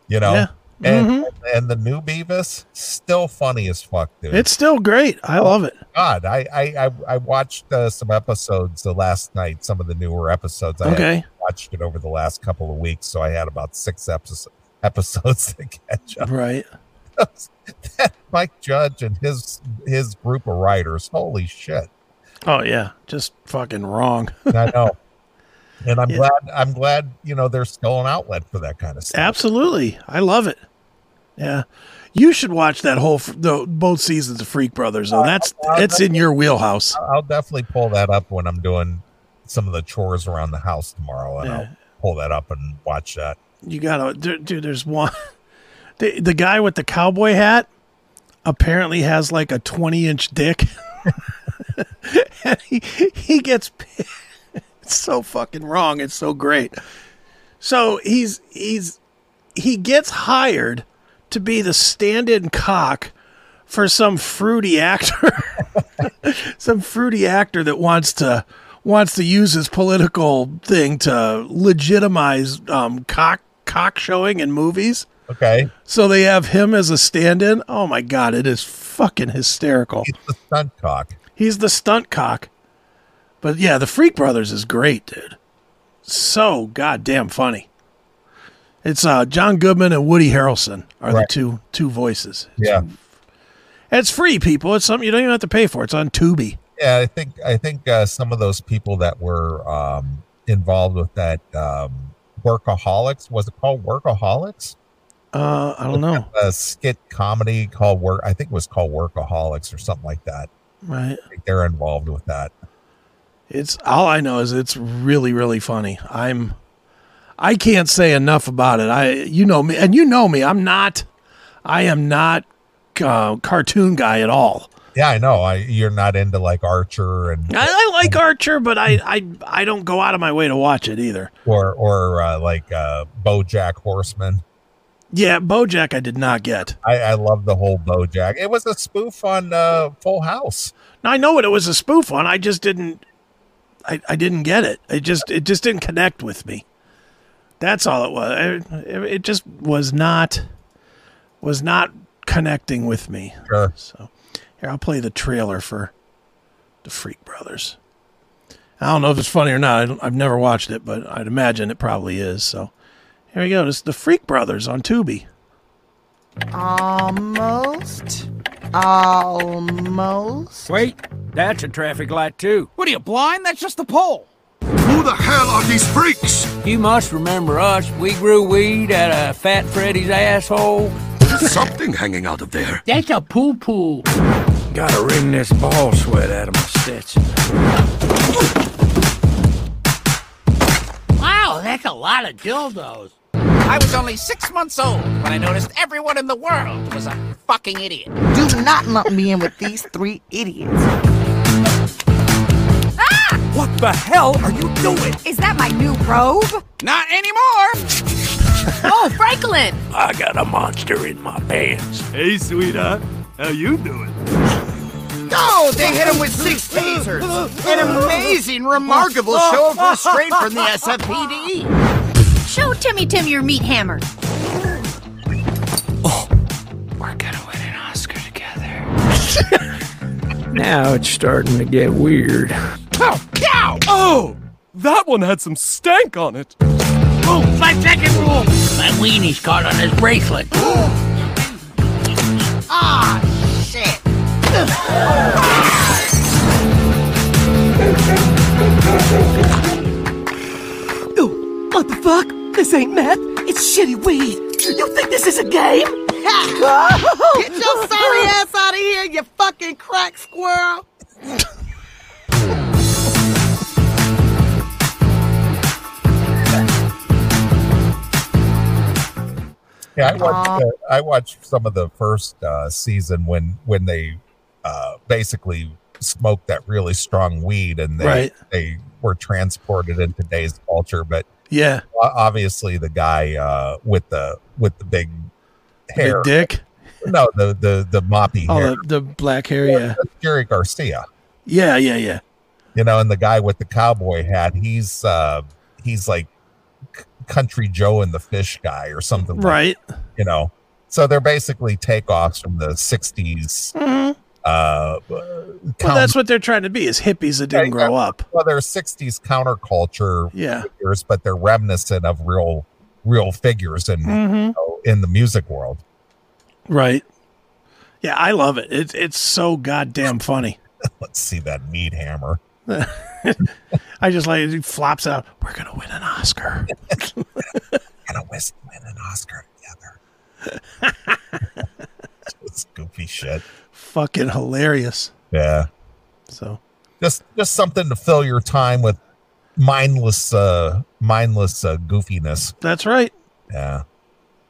[SPEAKER 2] You know,
[SPEAKER 3] Yeah.
[SPEAKER 2] and
[SPEAKER 3] Mhm.
[SPEAKER 2] and the new Beavis still funny as fuck, dude.
[SPEAKER 3] It's still great. I love it.
[SPEAKER 2] God, I I I, I watched uh, some episodes the last night. Some of the newer episodes. I haven't
[SPEAKER 3] Okay.
[SPEAKER 2] watched it over the last couple of weeks, so I had about six episodes episodes to catch up.
[SPEAKER 3] Right.
[SPEAKER 2] that Mike Judge and his his group of writers. Holy shit!
[SPEAKER 3] Oh yeah, just fucking wrong.
[SPEAKER 2] I know. And I'm glad I'm glad you know there's still an outlet for that kind of stuff.
[SPEAKER 3] Absolutely, I love it. Yeah, you should watch that whole f- the, both seasons of Freak Brothers. Though that's it's in your wheelhouse.
[SPEAKER 2] I'll definitely pull that up when I'm doing some of the chores around the house tomorrow, and I'll pull that up and watch that.
[SPEAKER 3] You gotta, there- dude. There's one. The, the guy with the cowboy hat apparently has like a 20 inch dick. and he, he gets pi- it's so fucking wrong. It's so great. So he's he's he gets hired to be the stand-in cock for some fruity actor. some fruity actor that wants to wants to use his political thing to legitimize um, cock cock showing in movies.
[SPEAKER 2] Okay,
[SPEAKER 3] So they have him as a stand-in. Oh my god, it is fucking hysterical.
[SPEAKER 2] it's the stunt cock.
[SPEAKER 3] He's the stunt cock. But yeah, the Freak Brothers is great, dude. So goddamn funny. It's uh, John Goodman and Woody Harrelson are the
[SPEAKER 2] Right.
[SPEAKER 3] two two voices.
[SPEAKER 2] Yeah,
[SPEAKER 3] And It's free, people. It's something you don't even have to pay for. It's on Tubi.
[SPEAKER 2] yeah. I think I think uh, some of those people that were um, involved with that um, workaholics was it called workaholics?
[SPEAKER 3] Uh, I don't know.
[SPEAKER 2] A skit comedy called work. I think it was called workaholics or something like that.
[SPEAKER 3] Right?
[SPEAKER 2] I think they're involved with that.
[SPEAKER 3] It's all I know is it's really really funny. I'm I can't say enough about it. I you know me and you know me. I'm not I am not uh, cartoon guy at all.
[SPEAKER 2] Yeah, I know. I you're not into like Archer and
[SPEAKER 3] I, I like Archer, but I, I I don't go out of my way to watch it either.
[SPEAKER 2] or or uh, like uh, BoJack Horseman.
[SPEAKER 3] Yeah, BoJack I did not get.
[SPEAKER 2] I, I love the whole BoJack. It was a spoof on uh, Full House.
[SPEAKER 3] Now I know what it was a spoof on. I just didn't I, I didn't get it. It just it just didn't connect with me. That's all it was. I- It, it just was not was not connecting with me.
[SPEAKER 2] Sure.
[SPEAKER 3] So here I'll play the trailer for the Freak Brothers. I don't know if it's funny or not. I don't, I've never watched it, but I'd imagine it probably is. So here we go. This is the Freak Brothers on Tubi.
[SPEAKER 6] Almost. Almost.
[SPEAKER 7] Wait, that's a traffic light too.
[SPEAKER 8] What are you, blind? That's just the pole.
[SPEAKER 9] Who the hell are these freaks?
[SPEAKER 7] You must remember us. We grew weed out of Fat Freddy's asshole.
[SPEAKER 9] Something hanging out of there.
[SPEAKER 7] That's a poo poo. Gotta wring this ball sweat out of my Stetson.
[SPEAKER 8] Wow, that's a lot of dildos. I was only six months old when I noticed everyone in the world was a fucking idiot.
[SPEAKER 6] Do not lump me in with these three idiots.
[SPEAKER 7] Ah! What the hell are you doing?
[SPEAKER 10] Is that my new robe?
[SPEAKER 8] Not anymore!
[SPEAKER 10] Oh, Franklin!
[SPEAKER 7] I got a monster in my pants.
[SPEAKER 4] Hey, sweetheart, how you doing?
[SPEAKER 8] Oh, they hit him with six tasers! An amazing, remarkable show of restraint from the SFPD!
[SPEAKER 10] Show Timmy Tim your meat hammer.
[SPEAKER 7] We're gonna win an Oscar together. now it's starting to get weird.
[SPEAKER 8] Oh! That one had some stank on it! Rule! Five second rule!
[SPEAKER 7] My weenie's caught on his bracelet.
[SPEAKER 6] What the fuck? This ain't meth. It's shitty weed. You think this is a game?
[SPEAKER 8] Get your sorry ass out of here, you fucking crack squirrel!
[SPEAKER 2] Yeah, I watched. Uh, I watched some of the first uh, season when when they uh, basically smoked that really strong weed and they
[SPEAKER 3] Right.
[SPEAKER 2] they were transported in today's culture. But
[SPEAKER 3] Yeah,
[SPEAKER 2] o- obviously, the guy uh, with the with the big
[SPEAKER 3] Big
[SPEAKER 2] hair,
[SPEAKER 3] Dick.
[SPEAKER 2] no, the the the moppy
[SPEAKER 3] Oh,
[SPEAKER 2] hair,
[SPEAKER 3] the, the black hair. Yeah,
[SPEAKER 2] That's Jerry Garcia.
[SPEAKER 3] yeah, yeah, yeah.
[SPEAKER 2] you know and the guy with the cowboy hat he's uh he's like c- country joe and the fish guy or something like-
[SPEAKER 3] Right.
[SPEAKER 2] you know so they're basically takeoffs from the 60s uh
[SPEAKER 3] Mm-hmm. Well, that's what they're trying to be is hippies that didn't grow up.
[SPEAKER 2] well they're 60s counterculture
[SPEAKER 3] Yeah.
[SPEAKER 2] figures but they're
[SPEAKER 3] Mm-hmm.
[SPEAKER 2] reminiscent of real real figures in you know, in the music world
[SPEAKER 3] Right. Yeah, I love it. It's it's so goddamn funny.
[SPEAKER 2] Let's see that meat hammer.
[SPEAKER 3] I just like it flops out. We're gonna win an Oscar.
[SPEAKER 2] gonna win an Oscar together. it's goofy shit.
[SPEAKER 3] Fucking hilarious.
[SPEAKER 2] Yeah.
[SPEAKER 3] So
[SPEAKER 2] just just something to fill your time with mindless uh mindless uh, goofiness.
[SPEAKER 3] That's right.
[SPEAKER 2] Yeah.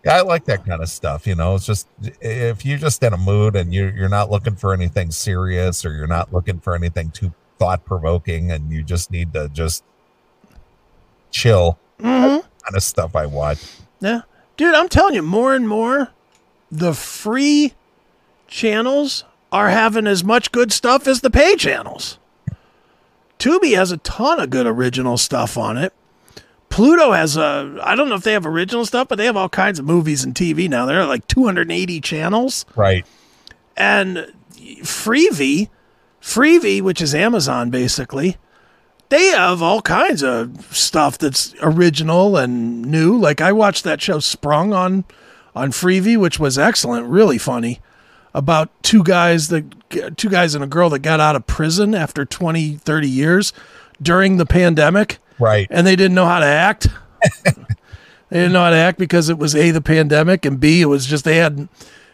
[SPEAKER 2] Yeah, I like that kind of stuff. You know, it's just if you're just in a mood and you're you're not looking for anything serious or you're not looking for anything too thought provoking and you just need to just chill.
[SPEAKER 3] Mhm.
[SPEAKER 2] That kind of stuff I watch.
[SPEAKER 3] Yeah. Dude, I'm telling you, more and more, the free channels are having as much good stuff as the pay channels. Tubi has a ton of good original stuff on it. Pluto has a, I don't know if they have original stuff, but they have all kinds of movies and TV now. There are like 280 channels.
[SPEAKER 2] Right.
[SPEAKER 3] And Freevee, Freevee, which is Amazon basically, they have all kinds of stuff that's original and new. Like I watched that show Sprung on on Freevee, which was excellent, really funny, about two guys that two guys and a girl that got out of prison after 20, 30 years during the pandemic
[SPEAKER 2] Right.
[SPEAKER 3] and they didn't know how to act. they didn't know how to act because it was a the pandemic and b it was just they had,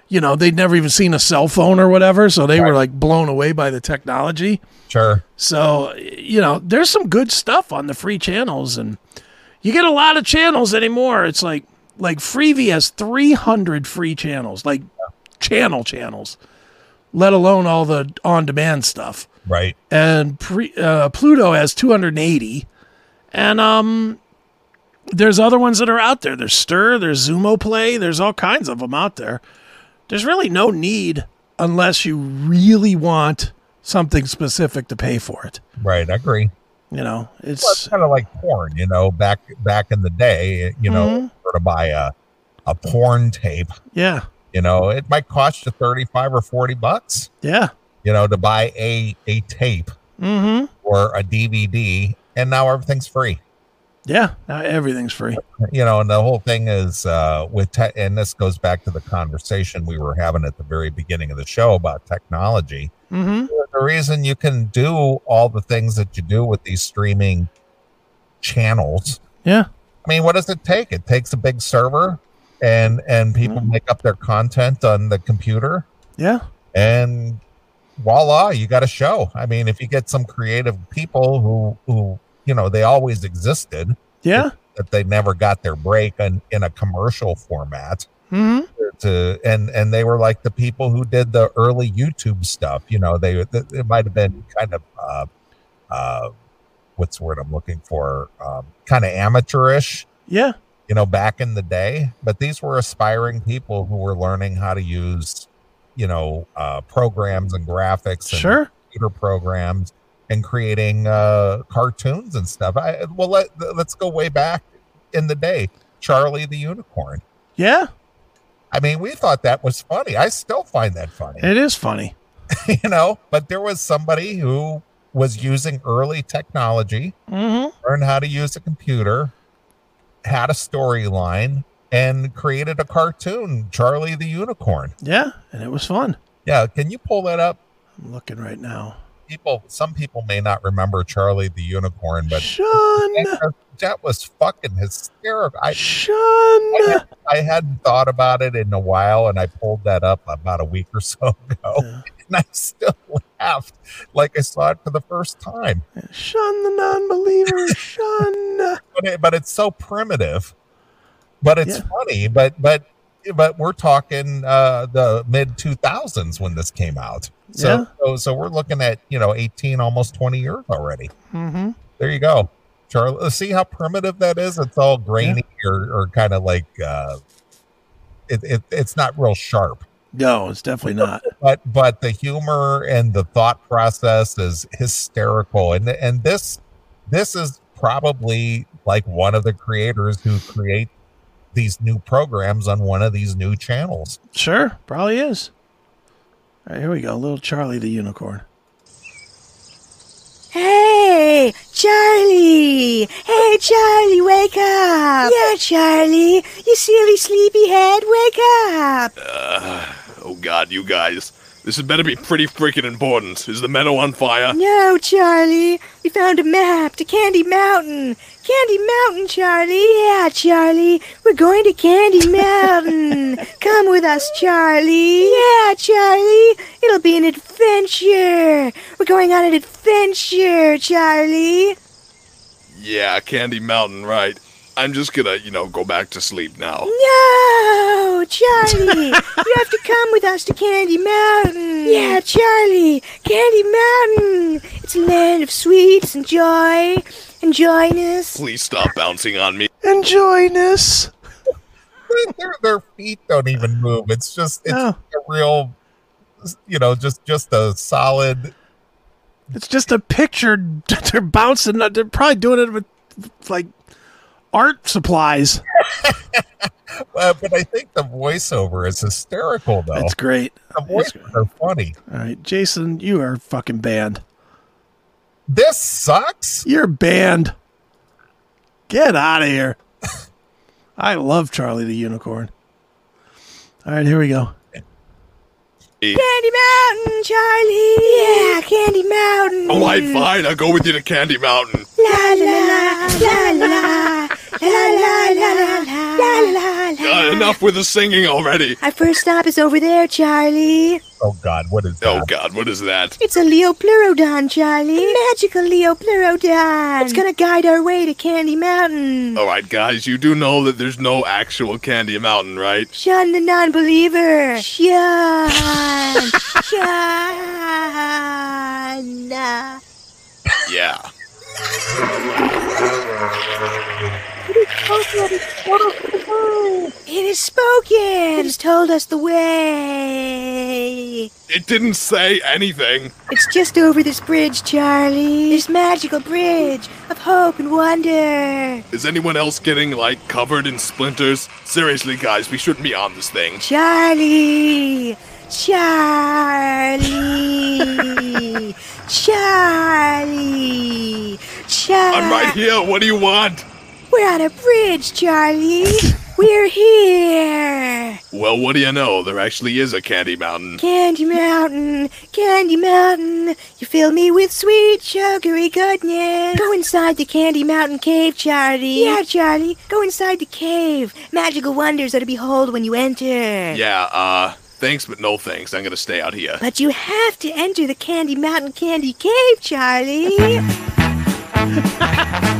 [SPEAKER 3] you know, they'd never even seen a cell phone or whatever, so they were like blown away by the technology.
[SPEAKER 2] Sure.
[SPEAKER 3] So you know, there's some good stuff on the free channels, and you get a lot of channels anymore. It's like like Freevee has 300 free channels, like channel channels, let alone all the on demand stuff
[SPEAKER 2] Right.
[SPEAKER 3] and pre, uh, Pluto has 280. And um, there's other ones that are out there. There's Stir, there's Zumo Play, there's all kinds of them out there. There's really no need unless you really want something specific to pay for it.
[SPEAKER 2] Right. I agree.
[SPEAKER 3] You know, it's
[SPEAKER 2] Well, it's kind of like porn, you know, back back in the day, you know, if you were to buy a a porn tape,
[SPEAKER 3] yeah,
[SPEAKER 2] you know, it might cost you 35 or 40 bucks,
[SPEAKER 3] yeah.
[SPEAKER 2] you know, to buy a a tape
[SPEAKER 3] Mm-hmm.
[SPEAKER 2] or a DVD, and now everything's free.
[SPEAKER 3] Yeah. Now everything's free.
[SPEAKER 2] You know, and the whole thing is uh with te- and this goes back to the conversation we were having at the very beginning of the show about technology.
[SPEAKER 3] Mm-hmm.
[SPEAKER 2] The reason you can do all the things that you do with these streaming channels
[SPEAKER 3] Yeah.
[SPEAKER 2] I mean, what does it take? It takes a big server, and and people make up their content on the computer,
[SPEAKER 3] Yeah.
[SPEAKER 2] and voila, you got a show. I mean, if you get some creative people who who you know they always existed,
[SPEAKER 3] Yeah.
[SPEAKER 2] that they never got their break in, in a commercial format.
[SPEAKER 3] Mm-hmm.
[SPEAKER 2] To and and they were like the people who did the early YouTube stuff. You know, they th- it might have been kind of uh, uh, what's the word I'm looking for? Um, kind of amateurish
[SPEAKER 3] Yeah.
[SPEAKER 2] you know, back in the day. But these were aspiring people who were learning how to use, you know, uh, programs and graphics and
[SPEAKER 3] Sure.
[SPEAKER 2] computer programs and creating uh, cartoons and stuff. I, well, let, let's go way back in the day. Charlie the Unicorn.
[SPEAKER 3] Yeah.
[SPEAKER 2] I mean, we thought that was funny. I still find that funny,
[SPEAKER 3] It is funny.
[SPEAKER 2] you know, but there was somebody who was using early technology
[SPEAKER 3] Mm-hmm.
[SPEAKER 2] learned how to use a computer, had a storyline, and created a cartoon, Charlie the Unicorn.
[SPEAKER 3] Yeah. And it was fun.
[SPEAKER 2] Yeah, can you pull that up?
[SPEAKER 3] I'm looking right now.
[SPEAKER 2] People, some people may not remember Charlie the Unicorn, but
[SPEAKER 3] Shun.
[SPEAKER 2] that was fucking hysterical. I, I,
[SPEAKER 3] Shun.
[SPEAKER 2] had, I hadn't thought about it in a while, and I pulled that up about a week or so ago, and I still laughed like I saw it for the first time.
[SPEAKER 3] Shun the non-believer. Shun.
[SPEAKER 2] but, it, but it's so primitive but it's
[SPEAKER 3] Yeah.
[SPEAKER 2] funny but but but we're talking uh the mid 2000s when this came out so,
[SPEAKER 3] Yeah.
[SPEAKER 2] so so we're looking at you know 18 almost 20 years already
[SPEAKER 3] Mm-hmm.
[SPEAKER 2] there you go charlie uh, see how primitive that is it's all grainy or, or kind of like uh it, it, it's not real sharp
[SPEAKER 3] No, it's definitely not.
[SPEAKER 2] but but the humor and the thought process is hysterical and and this this is probably like one of the creators who create these new programs on one of these new channels
[SPEAKER 3] Sure, probably is. All right, here we go. Little Charlie the unicorn.
[SPEAKER 11] Hey, Charlie! Hey, Charlie, wake up! Yeah, Charlie, you silly sleepyhead, wake up!
[SPEAKER 7] Uh,
[SPEAKER 12] Oh god, you guys. This had better be pretty freaking important. Is the meadow on fire?
[SPEAKER 11] No, Charlie. We found a map to Candy Mountain. Candy Mountain, Charlie. Yeah, Charlie. We're going to Candy Mountain. Come with us, Charlie. Yeah, Charlie. It'll be an adventure. We're going on an adventure, Charlie.
[SPEAKER 12] Yeah, Candy Mountain, right. I'm just gonna, you know, go back to sleep now.
[SPEAKER 11] No, Charlie. you have to come with us to Candy Mountain. Yeah, Charlie. Candy Mountain. It's a land of sweets and joy and joyness.
[SPEAKER 12] Please stop bouncing on me.
[SPEAKER 3] And joyness.
[SPEAKER 2] their, their feet don't even move. It's just it's a real, you know, just just a solid.
[SPEAKER 3] It's just a picture. They're bouncing. They're probably doing it with like art supplies.
[SPEAKER 2] Uh, but I think the voiceover is hysterical though.
[SPEAKER 3] That's great.
[SPEAKER 2] The voices are funny.
[SPEAKER 3] All right, Jason, you are fucking banned.
[SPEAKER 2] This sucks.
[SPEAKER 3] You're banned. Get out of here. I love Charlie the Unicorn. All right, here we go.
[SPEAKER 11] Candy Mountain, Charlie. Yeah, Candy Mountain.
[SPEAKER 12] All right, fine. I'll go with you to Candy Mountain.
[SPEAKER 11] La la la la la la la la la la la la.
[SPEAKER 12] Uh, enough with the singing already.
[SPEAKER 11] Our first stop is over there, Charlie.
[SPEAKER 2] Oh God, what is
[SPEAKER 12] that? Oh God, what is that?
[SPEAKER 11] It's a Leopleurodon, Charlie. A magical Leopleurodon. It's gonna guide our way to Candy Mountain.
[SPEAKER 12] All right, guys, you do know that there's no actual Candy Mountain, right?
[SPEAKER 11] Shun the non-believer. Shun. Shun.
[SPEAKER 12] Yeah.
[SPEAKER 11] It is spoken. It has told us the way.
[SPEAKER 12] It didn't say anything.
[SPEAKER 11] It's just over this bridge, Charlie. This magical bridge of hope and wonder.
[SPEAKER 12] Is anyone else getting like covered in splinters? Seriously, guys, we shouldn't be on this thing.
[SPEAKER 11] Charlie. Charlie. Charlie. Charlie.
[SPEAKER 12] I'm right here. What do you want?
[SPEAKER 11] We're on a bridge, Charlie. We're here.
[SPEAKER 12] Well, what do you know? There actually is a Candy Mountain.
[SPEAKER 11] Candy Mountain, Candy Mountain, you fill me with sweet, sugary goodness. Go inside the Candy Mountain cave, Charlie. Yeah, Charlie, go inside the cave. Magical wonders are to behold when you enter.
[SPEAKER 12] Yeah, uh, thanks, but no thanks. I'm gonna stay out here.
[SPEAKER 11] But you have to enter the Candy Mountain Candy Cave, Charlie.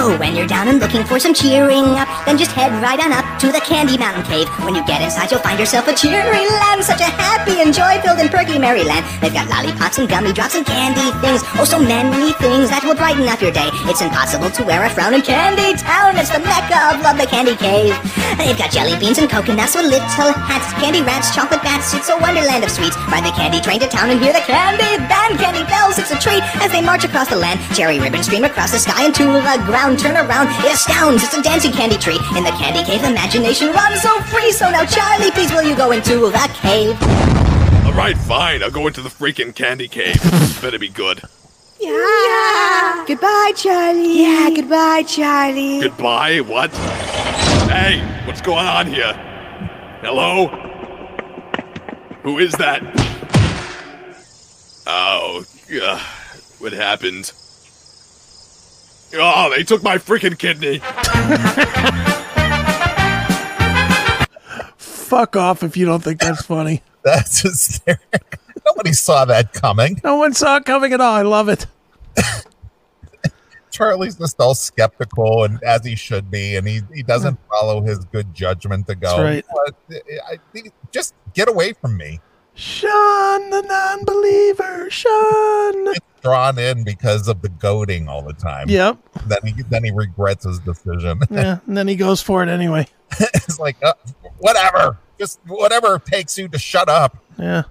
[SPEAKER 13] Oh, when you're down and looking for some cheering up, then just head right on up to the Candy Mountain Cave. When you get inside, you'll find yourself a cheery land, such a happy and joy-filled and perky merry land. They've got lollipops and gummy drops and candy things. Oh, so many things that will brighten up your day. It's impossible to wear a frown in Candy Town. It's the mecca of lovely Candy Cave. They've got jelly beans and coconuts with little hats, candy rats, chocolate bats. It's a wonderland of sweets. Ride the candy train to town and hear the candy band. Candy bells, it's a treat as they march across the land. Cherry ribbons stream across the sky and to the ground turn around, it astounds. It's a dancing candy tree. In the candy cave, imagination runs so free. So now, Charlie, please will you go into the cave?
[SPEAKER 12] All right, fine. I'll go into the freaking Candy Cave. Better be good.
[SPEAKER 11] Yeah. Goodbye, Charlie. Yeah, goodbye, Charlie.
[SPEAKER 12] Goodbye. What? Hey, what's going on here? Hello? Who is that? Oh, uh, what happened? Oh, they took my freaking kidney.
[SPEAKER 3] Fuck off if you don't think that's funny.
[SPEAKER 2] That's hysterical. Nobody saw that coming.
[SPEAKER 3] No one saw it coming at all. I love it.
[SPEAKER 2] Charlie's just all skeptical, and as he should be, and he, he doesn't follow his good judgment to go.
[SPEAKER 3] That's right.
[SPEAKER 2] "What? I- I- just get away from me.
[SPEAKER 3] Shun the non-believer. Shun.
[SPEAKER 2] Drawn in because of the goading all the time.
[SPEAKER 3] Yep.
[SPEAKER 2] Then he then he regrets his decision.
[SPEAKER 3] Yeah, and then he goes for it anyway.
[SPEAKER 2] it's like uh, whatever, just whatever it takes you to shut up.
[SPEAKER 3] Yeah.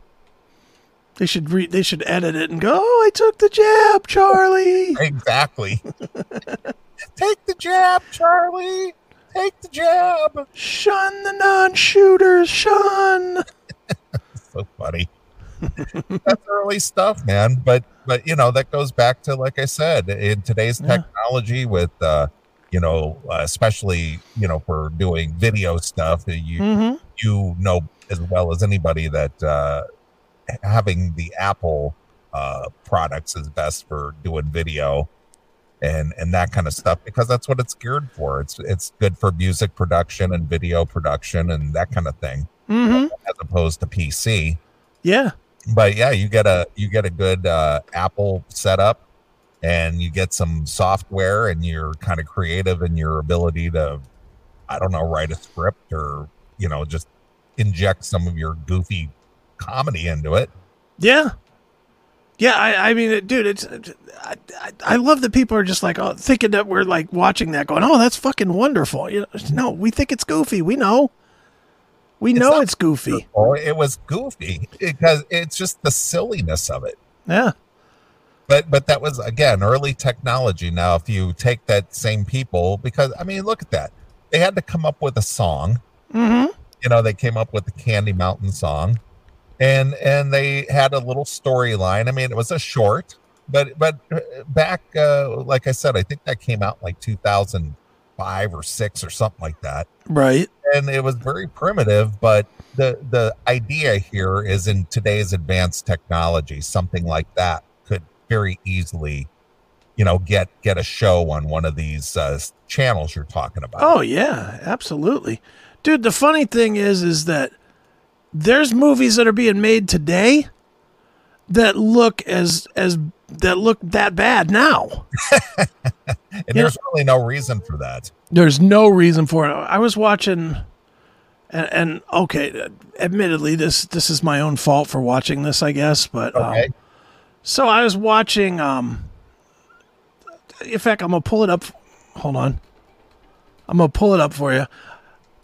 [SPEAKER 3] They should re- they should edit it and go, "Oh, I took the jab, Charlie."
[SPEAKER 2] Exactly. Take the jab, Charlie. Take the jab.
[SPEAKER 3] Shun the non-shooters. Shun.
[SPEAKER 2] so funny. That's early stuff, man. But but you know that goes back to like I said in today's technology with uh, you know, uh, especially you know for doing video stuff. that You
[SPEAKER 3] Mhm.
[SPEAKER 2] you know as well as anybody that uh, having the Apple uh, products is best for doing video and and that kind of stuff because that's what it's geared for. It's it's good for music production and video production and that kind of thing
[SPEAKER 3] Mm-hmm.
[SPEAKER 2] as opposed to PC.
[SPEAKER 3] Yeah.
[SPEAKER 2] But yeah, you get a you get a good uh, Apple setup, and you get some software, and you're kind of creative in your ability to, I don't know, write a script or you know just inject some of your goofy comedy into it.
[SPEAKER 3] Yeah. Yeah, I, I mean, it, dude, it's I, I, I love that people are just like oh, thinking that we're like watching that, going, "Oh, that's fucking wonderful." You know, no, we think it's goofy. We know, we know it's goofy.
[SPEAKER 2] Or it was goofy because it's just the silliness of it.
[SPEAKER 3] Yeah.
[SPEAKER 2] But but that was again early technology. Now if you take that same people, because I mean, look at that. They had to come up with a song.
[SPEAKER 3] Mm-hmm.
[SPEAKER 2] You know, they came up with the Candy Mountain song, and and they had a little storyline. I mean, it was a short, but but uh, back uh, like I said, I think that came out in like two thousand five or six or something like that
[SPEAKER 3] Right.
[SPEAKER 2] and it was very primitive but the the idea here is in today's advanced technology something like that could very easily you know get get a show on one of these uh, s- channels you're talking about
[SPEAKER 3] Oh yeah, absolutely, dude. The funny thing is, is that there's movies that are being made today that look as as that look that bad now.
[SPEAKER 2] and there's really no reason for that
[SPEAKER 3] There's no reason for it. I was watching, and, and okay, admittedly, this this is my own fault for watching this, I guess. But um, so I was watching. Um, in fact, I'm gonna pull it up. Hold on, I'm gonna pull it up for you.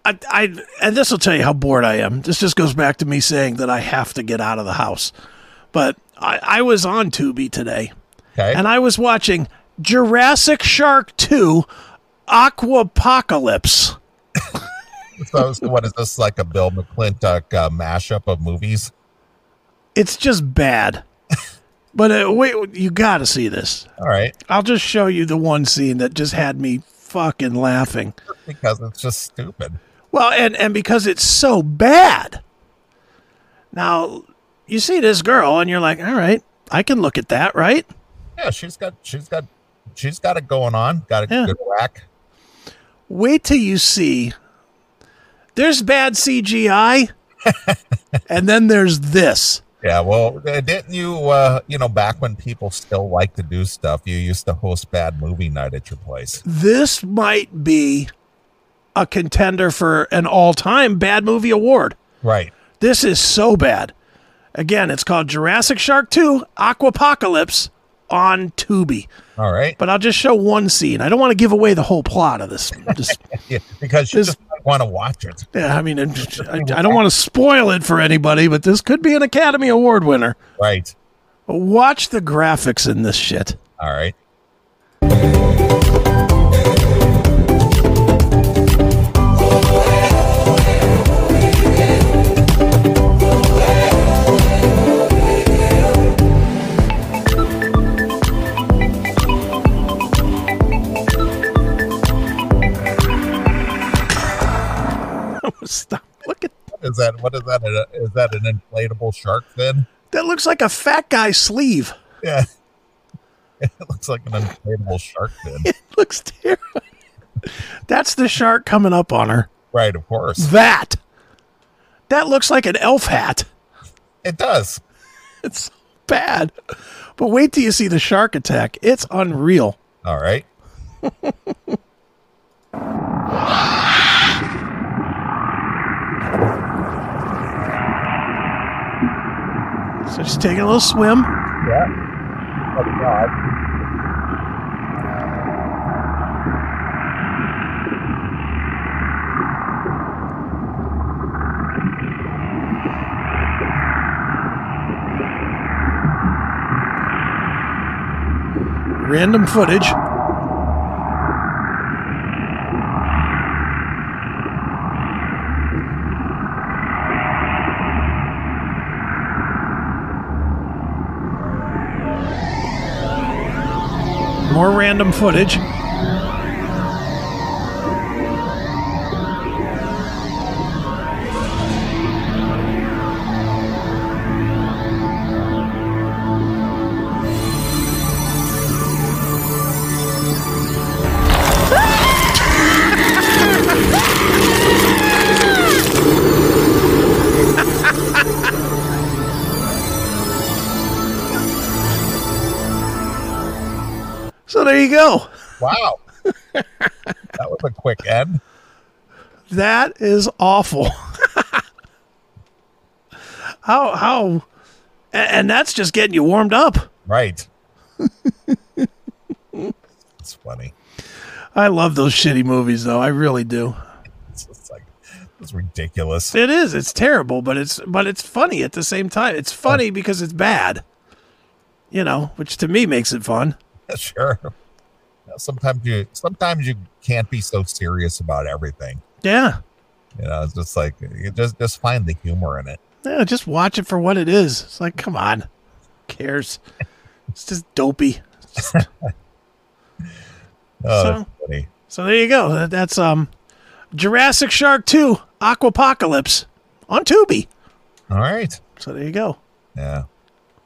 [SPEAKER 3] I, I and this will tell you how bored I am. This just goes back to me saying that I have to get out of the house. But I, I was on Tubi today, and I was watching Jurassic Shark Two, Aquapocalypse.
[SPEAKER 2] so so what is this like a bill mcclintock uh, mashup of movies
[SPEAKER 3] It's just bad. but uh, wait, you got to see this.
[SPEAKER 2] All right.
[SPEAKER 3] I'll just show you the one scene that just had me fucking laughing.
[SPEAKER 2] because it's just stupid
[SPEAKER 3] Well, and and because it's so bad. Now, you see this girl and you're like, "All right, I can look at that, right?"
[SPEAKER 2] yeah she's got she's got she's got it going on got a good whack
[SPEAKER 3] Wait till you see there's bad CGI and then there's this.
[SPEAKER 2] Yeah, well, uh, didn't you, uh, you know, back when people still like to do stuff, you used to host bad movie night at your place.
[SPEAKER 3] This might be a contender for an all-time bad movie award.
[SPEAKER 2] Right.
[SPEAKER 3] This is so bad. Again, it's called Jurassic Shark 2 Aquapocalypse on Tubi.
[SPEAKER 2] All right.
[SPEAKER 3] But I'll just show one scene. I don't want to give away the whole plot of this. Just,
[SPEAKER 2] Yeah, because you just want to watch it.
[SPEAKER 3] yeah, I mean, I, I don't want to spoil it for anybody, but this could be an Academy Award winner.
[SPEAKER 2] Right.
[SPEAKER 3] Watch the graphics in this shit.
[SPEAKER 2] All right.
[SPEAKER 3] Stop. Look at
[SPEAKER 2] Is that what is that? A, is that an inflatable shark fin?
[SPEAKER 3] that. Looks like a fat guy's sleeve.
[SPEAKER 2] Yeah. It looks like an inflatable shark fin.
[SPEAKER 3] It looks terrible. That's the shark coming up on her.
[SPEAKER 2] Right, of course.
[SPEAKER 3] That. That looks like an elf hat.
[SPEAKER 2] It does.
[SPEAKER 3] It's bad. But wait till you see the shark attack. It's unreal.
[SPEAKER 2] All right.
[SPEAKER 3] So she's taking a little swim.
[SPEAKER 2] Yeah. Oh, God.
[SPEAKER 3] Random footage. More random footage. you go.
[SPEAKER 2] Wow. that was a quick end.
[SPEAKER 3] That is awful. how how a- and that's just getting you warmed up.
[SPEAKER 2] Right. It's funny.
[SPEAKER 3] I love those shitty movies though. I really do.
[SPEAKER 2] It's just like it's ridiculous.
[SPEAKER 3] It is. It's terrible, but it's but it's funny at the same time. It's funny because it's bad. You know, which to me makes it fun.
[SPEAKER 2] sure. Now, Sometimes you sometimes you can't be so serious about everything.
[SPEAKER 3] Yeah.
[SPEAKER 2] You know, it's just like you just just find the humor in it.
[SPEAKER 3] Yeah, just watch it for what it is. It's like, come on. Who cares? It's just dopey. It's just-
[SPEAKER 2] Oh,
[SPEAKER 3] so,
[SPEAKER 2] that's funny.
[SPEAKER 3] so there you go. That- That's um Jurassic Shark 2 Aquapocalypse on Tubi.
[SPEAKER 2] All right.
[SPEAKER 3] So there you go.
[SPEAKER 2] Yeah.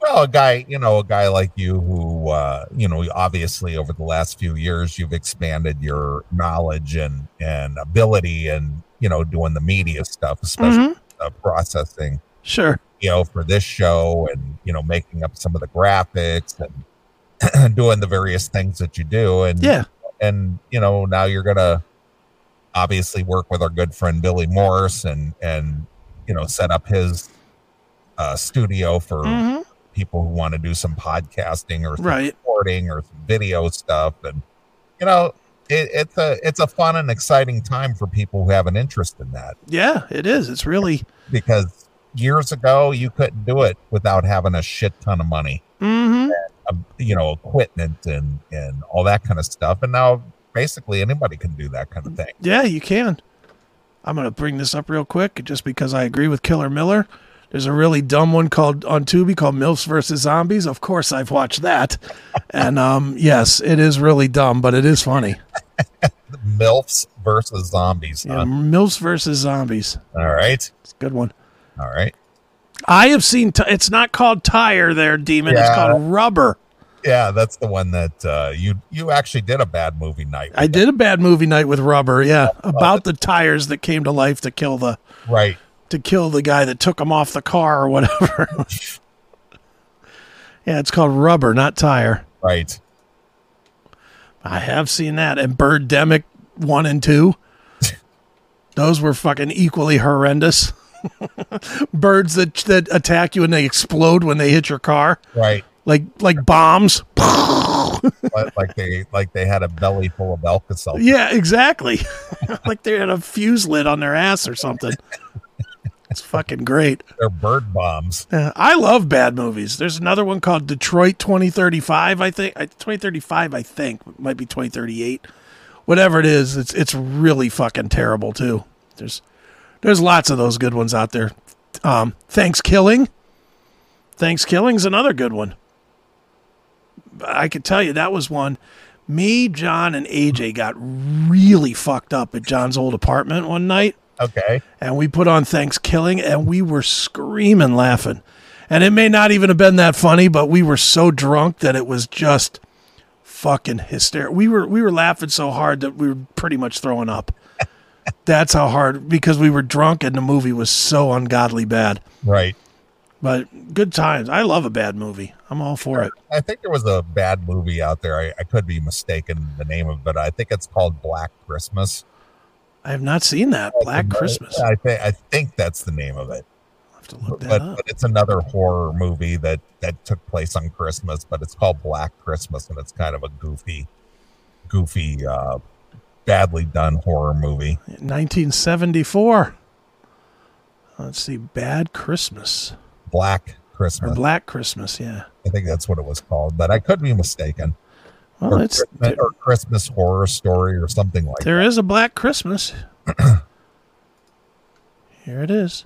[SPEAKER 2] Well, a guy, you know, a guy like you who, uh, you know, obviously over the last few years, you've expanded your knowledge and and ability, and you know, doing the media stuff, especially
[SPEAKER 3] Mhm.
[SPEAKER 2] uh, processing,
[SPEAKER 3] Sure.
[SPEAKER 2] you know, for this show, and you know, making up some of the graphics and doing the various things that you do, and
[SPEAKER 3] Yeah.
[SPEAKER 2] and you know, now you're gonna obviously work with our good friend Billy Morris, and and you know, set up his uh, studio for
[SPEAKER 3] Mhm.
[SPEAKER 2] people who want to do some podcasting or some
[SPEAKER 3] Right.
[SPEAKER 2] recording or some video stuff and you know it, it's a it's a fun and exciting time for people who have an interest in that
[SPEAKER 3] Yeah, it is. It's really
[SPEAKER 2] because years ago you couldn't do it without having a shit ton of money
[SPEAKER 3] mhm.
[SPEAKER 2] uh, you know equipment and and all that kind of stuff and now basically anybody can do that kind of thing
[SPEAKER 3] Yeah, you can. I'm going to bring this up real quick just because I agree with Killer Miller. There's a really dumb one called on Tubi called MILFs versus Zombies. Of course, I've watched that. And um, yes, it is really dumb, but it is funny.
[SPEAKER 2] milfs versus zombies
[SPEAKER 3] Yeah,
[SPEAKER 2] huh?
[SPEAKER 3] MILFs versus Zombies.
[SPEAKER 2] all right
[SPEAKER 3] It's a good one.
[SPEAKER 2] all right
[SPEAKER 3] I have seen, t- it's not called tire there, Demon. It's
[SPEAKER 2] Yeah.
[SPEAKER 3] called rubber.
[SPEAKER 2] yeah that's the one that uh you you actually did a bad movie night
[SPEAKER 3] I did a bad movie night with rubber. Yeah. About the tires that came to life to kill the,
[SPEAKER 2] right
[SPEAKER 3] to kill the guy that took him off the car or whatever. yeah, it's called Rubber, not Tire.
[SPEAKER 2] right
[SPEAKER 3] I have seen that. And Birdemic 1 and 2. Those were fucking equally horrendous. Birds that that attack you and they explode when they hit your car.
[SPEAKER 2] right
[SPEAKER 3] Like like bombs.
[SPEAKER 2] like, like they like they had a belly full of Alka-Seltzer.
[SPEAKER 3] yeah, exactly. like they had a fuse lid on their ass or something. It's fucking great.
[SPEAKER 2] They're bird bombs.
[SPEAKER 3] Yeah, Uh, I love bad movies. There's another one called Detroit 2035, I think. I- 2035, I think. It might be 2038. Whatever it is, it's it's really fucking terrible too. There's there's lots of those good ones out there. Um, Thanks Killing. Thanks Killing's another good one. I could tell you that was one. Me, John, and AJ got really fucked up at John's old apartment one night
[SPEAKER 2] Okay.
[SPEAKER 3] and we put on Thanksgiving and we were screaming laughing. And it may not even have been that funny, but we were so drunk that it was just fucking hysterical. We were we were laughing so hard that we were pretty much throwing up. That's how hard because we were drunk and the movie was so ungodly bad.
[SPEAKER 2] Right.
[SPEAKER 3] But good times. I love a bad movie. I'm all for it.
[SPEAKER 2] I think there was a bad movie out there. I, I could be mistaken the name of it. I think it's called Black Christmas.
[SPEAKER 3] I have not seen that Black Christmas. I
[SPEAKER 2] I think I think that's the name of it.
[SPEAKER 3] have to look that
[SPEAKER 2] But,
[SPEAKER 3] up.
[SPEAKER 2] but it's another horror movie that that took place on Christmas, but it's called Black Christmas, and it's kind of a goofy, goofy, uh, badly done horror movie.
[SPEAKER 3] 1974. Let's see, Bad Christmas
[SPEAKER 2] Black
[SPEAKER 3] or
[SPEAKER 2] Christmas.
[SPEAKER 3] Black Christmas. Yeah.
[SPEAKER 2] I think that's what it was called, but I could be mistaken.
[SPEAKER 3] Well,
[SPEAKER 2] or,
[SPEAKER 3] it's
[SPEAKER 2] Christmas, or Christmas horror story or something like
[SPEAKER 3] There is a Black Christmas. Here it is.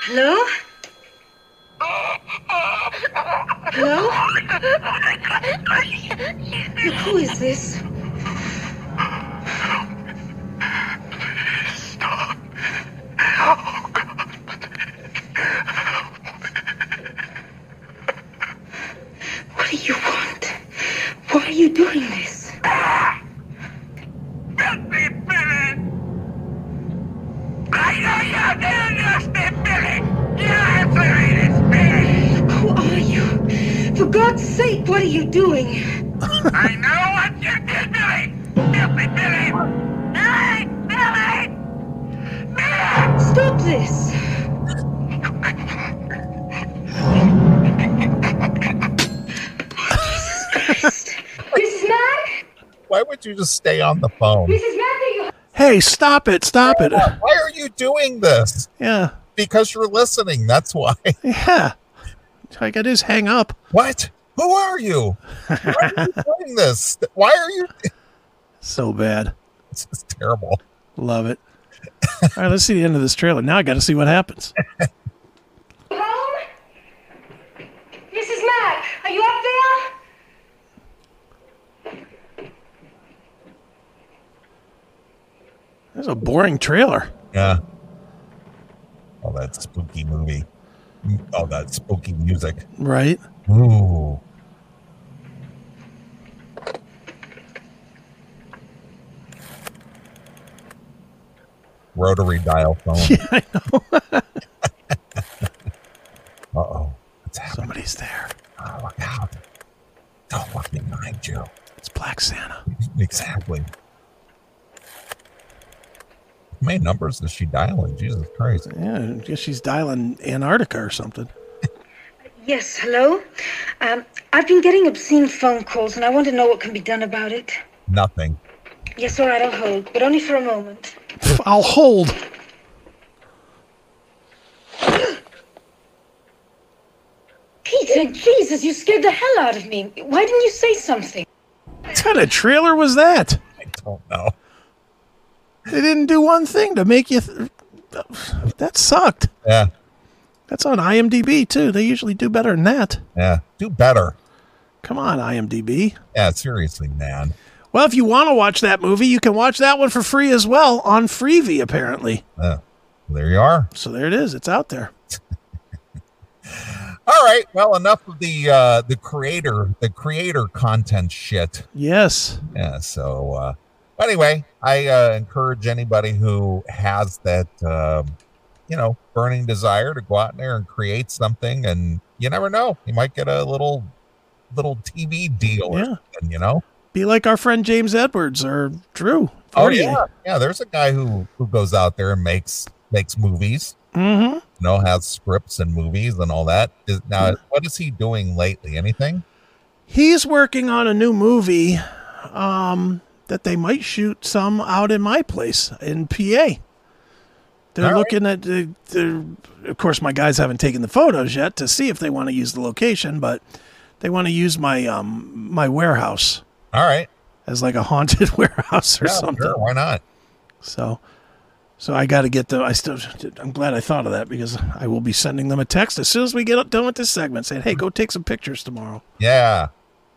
[SPEAKER 14] Hello? Hello? Who is this? What do you want? Why are you doing this? Who are you? The For God's sake, what are you doing? I know what you're doing! Stupid Billy! Billy! Billy! Billy! Stop this!
[SPEAKER 2] Mrs. Why would you just stay on the phone?
[SPEAKER 3] Hey, stop it, stop it.
[SPEAKER 2] Why are you doing this?
[SPEAKER 3] Yeah.
[SPEAKER 2] Because you're listening. That's why.
[SPEAKER 3] Yeah. I got his hang up.
[SPEAKER 2] What? Who are you? Why are you doing this? Why are you?
[SPEAKER 3] So bad.
[SPEAKER 2] It's just terrible.
[SPEAKER 3] Love it. All right, let's see the end of this trailer. Now I got to see what happens.
[SPEAKER 14] Mrs. Mack, are you up there?
[SPEAKER 3] That's a boring trailer.
[SPEAKER 2] Yeah. All that spooky movie. All that spooky music.
[SPEAKER 3] Right?
[SPEAKER 2] Ooh. Rotary dial phone.
[SPEAKER 3] Yeah, I know. uh
[SPEAKER 2] oh. What's happening?
[SPEAKER 3] Somebody's there.
[SPEAKER 2] Oh, look out. Don't look behind you.
[SPEAKER 3] It's Black Santa.
[SPEAKER 2] Exactly. How many numbers is she dialing? Jesus Christ.
[SPEAKER 3] Yeah, I guess she's dialing Antarctica or something.
[SPEAKER 14] Yes, hello? Um, I've been getting obscene phone calls and I want to know what can be done about it.
[SPEAKER 2] Nothing.
[SPEAKER 14] Yes, all right, I'll hold, but only for a moment.
[SPEAKER 3] I'll hold.
[SPEAKER 14] Peter, Jesus, you scared the hell out of me. Why didn't you say something?
[SPEAKER 3] What kind of trailer was that?
[SPEAKER 2] I don't know.
[SPEAKER 3] They didn't do one thing to make you. Th- that sucked.
[SPEAKER 2] Yeah.
[SPEAKER 3] That's on IMDb, too. They usually do better than that.
[SPEAKER 2] Yeah. eh. Do better.
[SPEAKER 3] Come on, IMDb.
[SPEAKER 2] Yeah, seriously, man.
[SPEAKER 3] Well, if you want to watch that movie, you can watch that one for free as well on Freevee, apparently.
[SPEAKER 2] Yeah. There you are.
[SPEAKER 3] So there it is. It's out there.
[SPEAKER 2] All right. Well, enough of the uh the creator, the creator content shit.
[SPEAKER 3] Yes.
[SPEAKER 2] Yeah. So uh anyway, I uh, encourage anybody who has that um, you know burning desire to go out there and create something, and you never know, you might get a little little TV deal. Or
[SPEAKER 3] Yeah.
[SPEAKER 2] something, you know.
[SPEAKER 3] Be like our friend James Edwards or Drew.
[SPEAKER 2] Oh yeah, yeah. There's a guy who who goes out there and makes makes movies.
[SPEAKER 3] Mm-hmm.
[SPEAKER 2] You know, has scripts and movies and all that. Is, now, what is he doing lately? Anything?
[SPEAKER 3] He's working on a new movie um, that they might shoot some out in my place in PA.
[SPEAKER 2] All
[SPEAKER 3] They're
[SPEAKER 2] right.
[SPEAKER 3] looking at, uh, they're, of course, my guys haven't taken the photos yet to see if they want to use the location, but they want to use my um, my warehouse
[SPEAKER 2] All right.
[SPEAKER 3] as like a haunted warehouse or
[SPEAKER 2] Yeah,
[SPEAKER 3] something.
[SPEAKER 2] sure, why not?
[SPEAKER 3] So, so I got to get them. I still, I'm glad I thought of that because I will be sending them a text as soon as we get up- done with this segment saying, "Hey, go take some pictures tomorrow."
[SPEAKER 2] Yeah.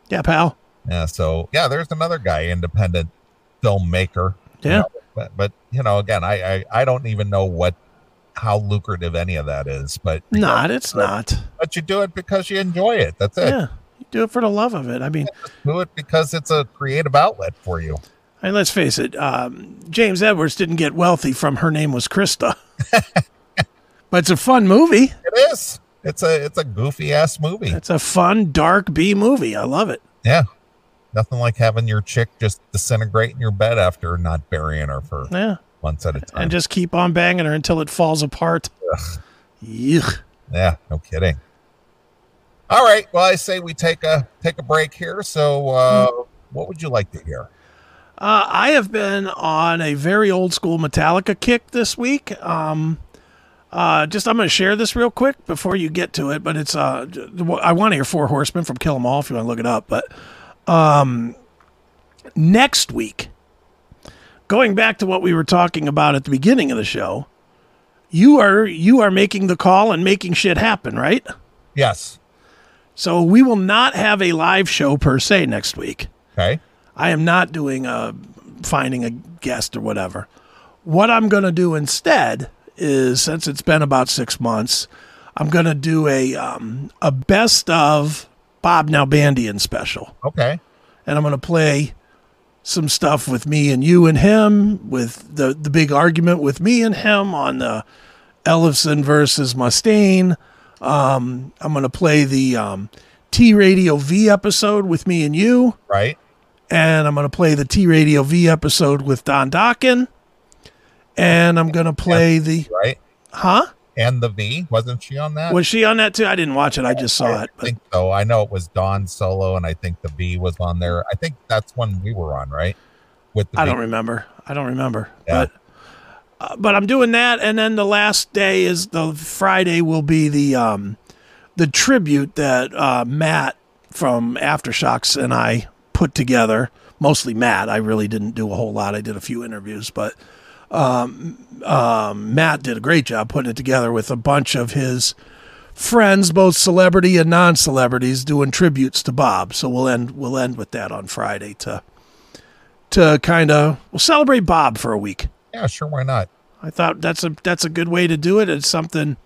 [SPEAKER 3] Yeah, pal.
[SPEAKER 2] Yeah. So yeah, there's another guy, independent filmmaker. you
[SPEAKER 3] Yeah.
[SPEAKER 2] know, but, but you know, again, I, I I don't even know what how lucrative any of that is, but
[SPEAKER 3] Not, it's not.
[SPEAKER 2] but you do it because you enjoy it. That's it.
[SPEAKER 3] Yeah, you do it for the love of it. I mean,
[SPEAKER 2] Do it because it's a creative outlet for you.
[SPEAKER 3] and let's face it, um, James Edwards didn't get wealthy from her name was Krista, but it's a fun movie.
[SPEAKER 2] It is. It's a it's a goofy ass movie.
[SPEAKER 3] It's a fun dark B movie. I love it.
[SPEAKER 2] Yeah. Nothing like having your chick just disintegrate in your bed after not burying her for
[SPEAKER 3] Yeah,
[SPEAKER 2] months at a time.
[SPEAKER 3] and just keep on banging her until it falls apart. Yuck.
[SPEAKER 2] Yeah, no kidding. All right. Well, I say we take a take a break here. So, uh,
[SPEAKER 3] Hmm.
[SPEAKER 2] what would you like to hear?
[SPEAKER 3] Uh, I have been on a very old school Metallica kick this week. Um, uh, just I'm going to share this real quick before you get to it, but it's uh, j- I want to hear Four Horsemen from Kill 'Em All if you want to look it up. But um, next week, going back to what we were talking about at the beginning of the show, you are you are making the call and making shit happen, right?
[SPEAKER 2] Yes.
[SPEAKER 3] So we will not have a live show per se next week.
[SPEAKER 2] Okay.
[SPEAKER 3] I am not doing a finding a guest or whatever. What I'm going to do instead is, since it's been about six months, I'm going to do a um, a best of Bob Nalbandian special,
[SPEAKER 2] Okay.
[SPEAKER 3] and I'm going to play some stuff with me and you and him, with the the big argument with me and him on the Ellison versus Mustaine. Um, I'm going to play the um, T Radio V episode with me and you.
[SPEAKER 2] Right.
[SPEAKER 3] And I'm going to play the T Radio V episode with Don Dockin. And I'm going to play the.
[SPEAKER 2] Right.
[SPEAKER 3] Huh?
[SPEAKER 2] And the V wasn't she on that?
[SPEAKER 3] Was she on that too? I didn't watch it. I just saw it.
[SPEAKER 2] I think so. I know it was Don Solo, and I think the V was on there. I think that's when we were on, right? With the
[SPEAKER 3] I
[SPEAKER 2] V.
[SPEAKER 3] don't remember. I don't remember.
[SPEAKER 2] Yeah.
[SPEAKER 3] But uh, but I'm doing that, and then the last day is the Friday will be the um the tribute that uh, Matt from Aftershocks and I put together. Mostly Matt. I really didn't do a whole lot. I did a few interviews, but um, um, Matt did a great job putting it together with a bunch of his friends, both celebrity and non-celebrities, doing tributes to Bob. So we'll end we'll end with that on Friday to to kind of we'll celebrate Bob for a week.
[SPEAKER 2] Yeah, sure. Why not?
[SPEAKER 3] I thought that's a that's a good way to do it. It's something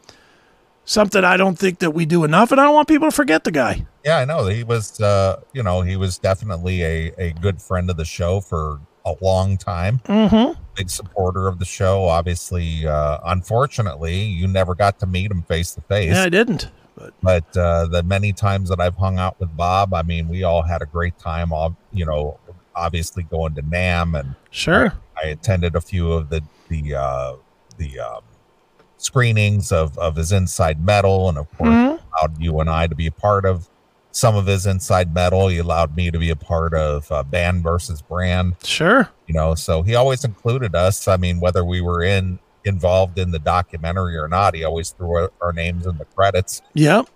[SPEAKER 3] something I don't think that we do enough, and I don't want people to forget the guy.
[SPEAKER 2] Yeah, I know. He was, uh, you know, he was definitely a, a good friend of the show for a long time.
[SPEAKER 3] Mm-hmm.
[SPEAKER 2] Big supporter of the show. Obviously, uh, unfortunately, you never got to meet him face to face.
[SPEAKER 3] Yeah, I didn't.
[SPEAKER 2] But uh, the many times that I've hung out with Bob, I mean, we all had a great time. All you know, obviously going to Nam and
[SPEAKER 3] sure,
[SPEAKER 2] I, attended a few of the the uh, the um, screenings of of his Inside Metal, and of course,
[SPEAKER 3] Mhm.
[SPEAKER 2] allowed you and I to be a part of some of his Inside Metal. He allowed me to be a part of uh, Band versus Brand.
[SPEAKER 3] Sure,
[SPEAKER 2] you know, so he always included us. I mean, whether we were in involved in the documentary or not, he always threw our, our names in the credits
[SPEAKER 3] Yep.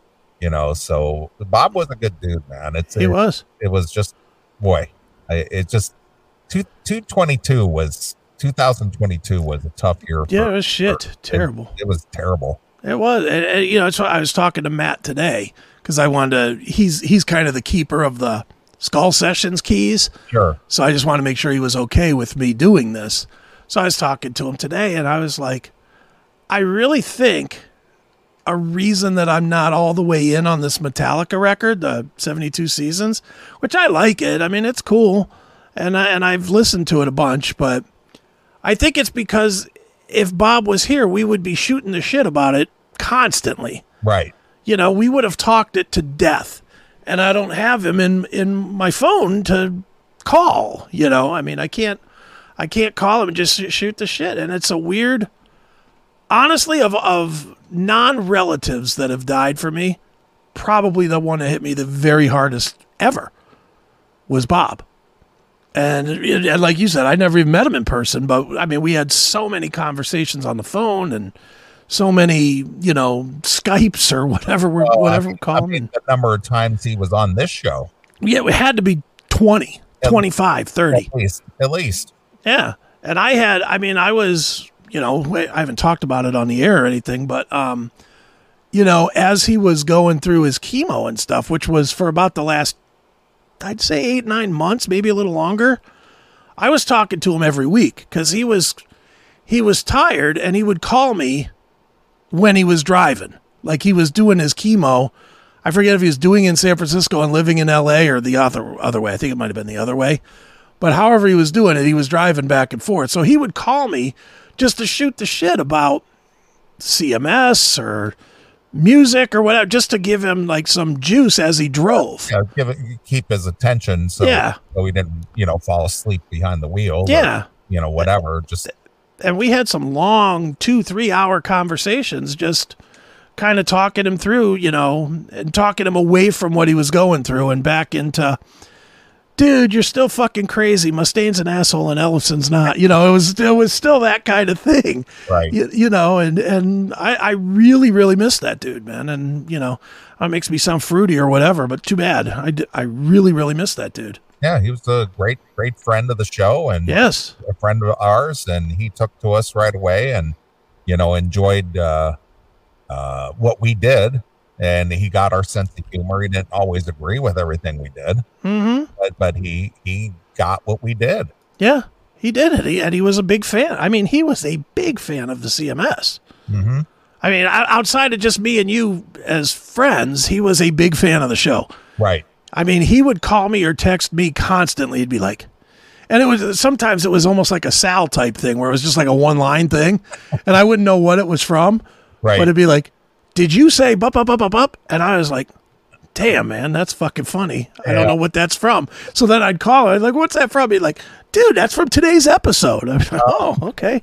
[SPEAKER 2] you know so bob was a good dude man it's
[SPEAKER 3] He
[SPEAKER 2] it,
[SPEAKER 3] was.
[SPEAKER 2] it was just boy I, it just two, 222 was 2022 was a tough year for-
[SPEAKER 3] Yeah, it was shit. Terrible.
[SPEAKER 2] it, was terrible
[SPEAKER 3] It was, and, and, you know, that's why I was talking to Matt today because I wanted to. He's he's kind of the keeper of the Skull Sessions keys.
[SPEAKER 2] Sure.
[SPEAKER 3] So I just wanted to make sure he was okay with me doing this. So I was talking to him today, and I was like, I really think a reason that I'm not all the way in on this Metallica record, the 72 Seasons, which I like it. I mean, it's cool, and I, and I've listened to it a bunch, but I think it's because if Bob was here, we would be shooting the shit about it constantly.
[SPEAKER 2] right
[SPEAKER 3] You know, we would have talked it to death. And I don't have him in in my phone to call, you know. I mean, I can't I can't call him and just sh- shoot the shit. And it's a weird honestly of of non-relatives that have died for me, probably the one that hit me the very hardest ever was Bob. And, and like you said, I never even met him in person, but I mean, we had so many conversations on the phone and so many, you know, Skypes or whatever we're
[SPEAKER 2] Well, Oh, I
[SPEAKER 3] whatever
[SPEAKER 2] mean-
[SPEAKER 3] we call
[SPEAKER 2] I
[SPEAKER 3] them.
[SPEAKER 2] mean, the number of times he was on this show
[SPEAKER 3] Yeah, it had to be 20, 25, 30.
[SPEAKER 2] at least at least
[SPEAKER 3] Yeah. And I had, I mean, I was, you know, wait, I haven't talked about it on the air or anything, but, um, you know, as he was going through his chemo and stuff, which was for about the last, I'd say eight, nine months, maybe a little longer, I was talking to him every week because he was, he was tired and he would call me when he was driving. Like he was doing his chemo. I forget if he was doing it in San Francisco and living in LA or the other other way. I think it might have been the other way. But however he was doing it, he was driving back and forth. So he would call me just to shoot the shit about CMS or music or whatever, just to give him like some juice as he drove.
[SPEAKER 2] you know, uh, give it- keep his attention so,
[SPEAKER 3] Yeah.
[SPEAKER 2] so he didn't you know fall asleep behind the wheel or,
[SPEAKER 3] Yeah.
[SPEAKER 2] you know whatever just
[SPEAKER 3] and we had some long two three hour conversations just kind of talking him through you know and talking him away from what he was going through and back into dude you're still fucking crazy mustaine's an asshole and ellison's not you know it was it was still that kind of thing
[SPEAKER 2] Right.
[SPEAKER 3] you, you know and and i i really really miss that dude man and you know it makes me sound fruity or whatever but too bad i d- i really really miss that dude
[SPEAKER 2] yeah, he was a great, great friend of the show and
[SPEAKER 3] yes,
[SPEAKER 2] a friend of ours. And he took to us right away and, you know, enjoyed uh, uh, what we did. And he got our sense of humor. He didn't always agree with everything we did,
[SPEAKER 3] mm-hmm
[SPEAKER 2] but, but he, he got what we did.
[SPEAKER 3] Yeah, he did it, he, and he was a big fan. I mean, he was a big fan of the CMS.
[SPEAKER 2] Mm-hmm.
[SPEAKER 3] I mean, o- outside of just me and you as friends, he was a big fan of the show.
[SPEAKER 2] Right.
[SPEAKER 3] I mean, he would call me or text me constantly. He'd be like, and it was sometimes it was almost like a Sal type thing where it was just like a one line thing, and I wouldn't know what it was from.
[SPEAKER 2] Right.
[SPEAKER 3] But it'd be like, "Did you say bup up up up up?" And I was like, damn, man, that's fucking funny. I don't know what that's from. So then I'd call her, I'd like, what's that from? He'd like, dude, that's from today's episode. I'm like, oh, okay.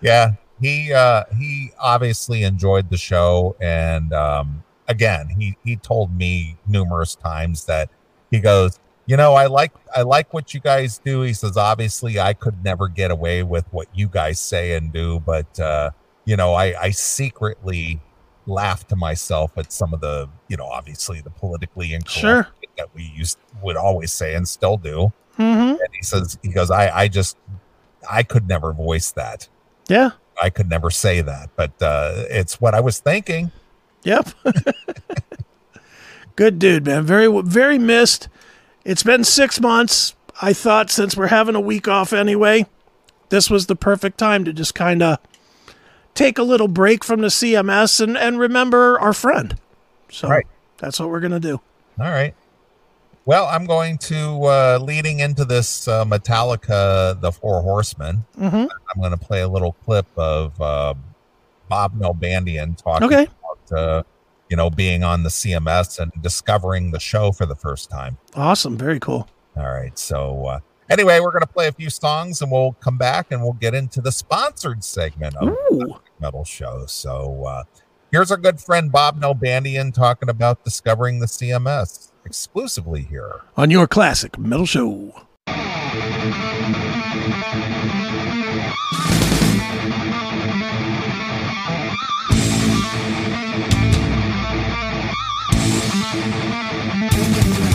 [SPEAKER 2] yeah he uh he obviously enjoyed the show and um again he he told me numerous times that he goes you know i like i like what you guys do he says obviously i could never get away with what you guys say and do but uh you know i i secretly laugh to myself at some of the you know obviously the politically incorrect
[SPEAKER 3] Sure.
[SPEAKER 2] thing that we used would always say and still do
[SPEAKER 3] Mm-hmm.
[SPEAKER 2] and he says he goes i i just i could never voice that
[SPEAKER 3] Yeah.
[SPEAKER 2] I could never say that, but uh, it's what I was thinking.
[SPEAKER 3] Yep. Good dude, man. Very, very missed. It's been six months. I thought since we're having a week off anyway, this was the perfect time to just kind of take a little break from the CMS and, and remember our friend. So that's what we're going to do.
[SPEAKER 2] All right. Well, I'm going to uh, leading into this uh, Metallica, the Four Horsemen.
[SPEAKER 3] Mm-hmm.
[SPEAKER 2] I'm going to play a little clip of uh, Bob Melbandian talking
[SPEAKER 3] Okay.
[SPEAKER 2] about uh, you know being on the CMS and discovering the show for the first time.
[SPEAKER 3] Awesome. Very cool.
[SPEAKER 2] All right. So uh, anyway, we're going to play a few songs and we'll come back and we'll get into the sponsored segment of the Metal Show. So uh, here's our good friend Bob Nobandian talking about discovering the CMS exclusively here.
[SPEAKER 3] On your classic metal show.
[SPEAKER 15] Thank you.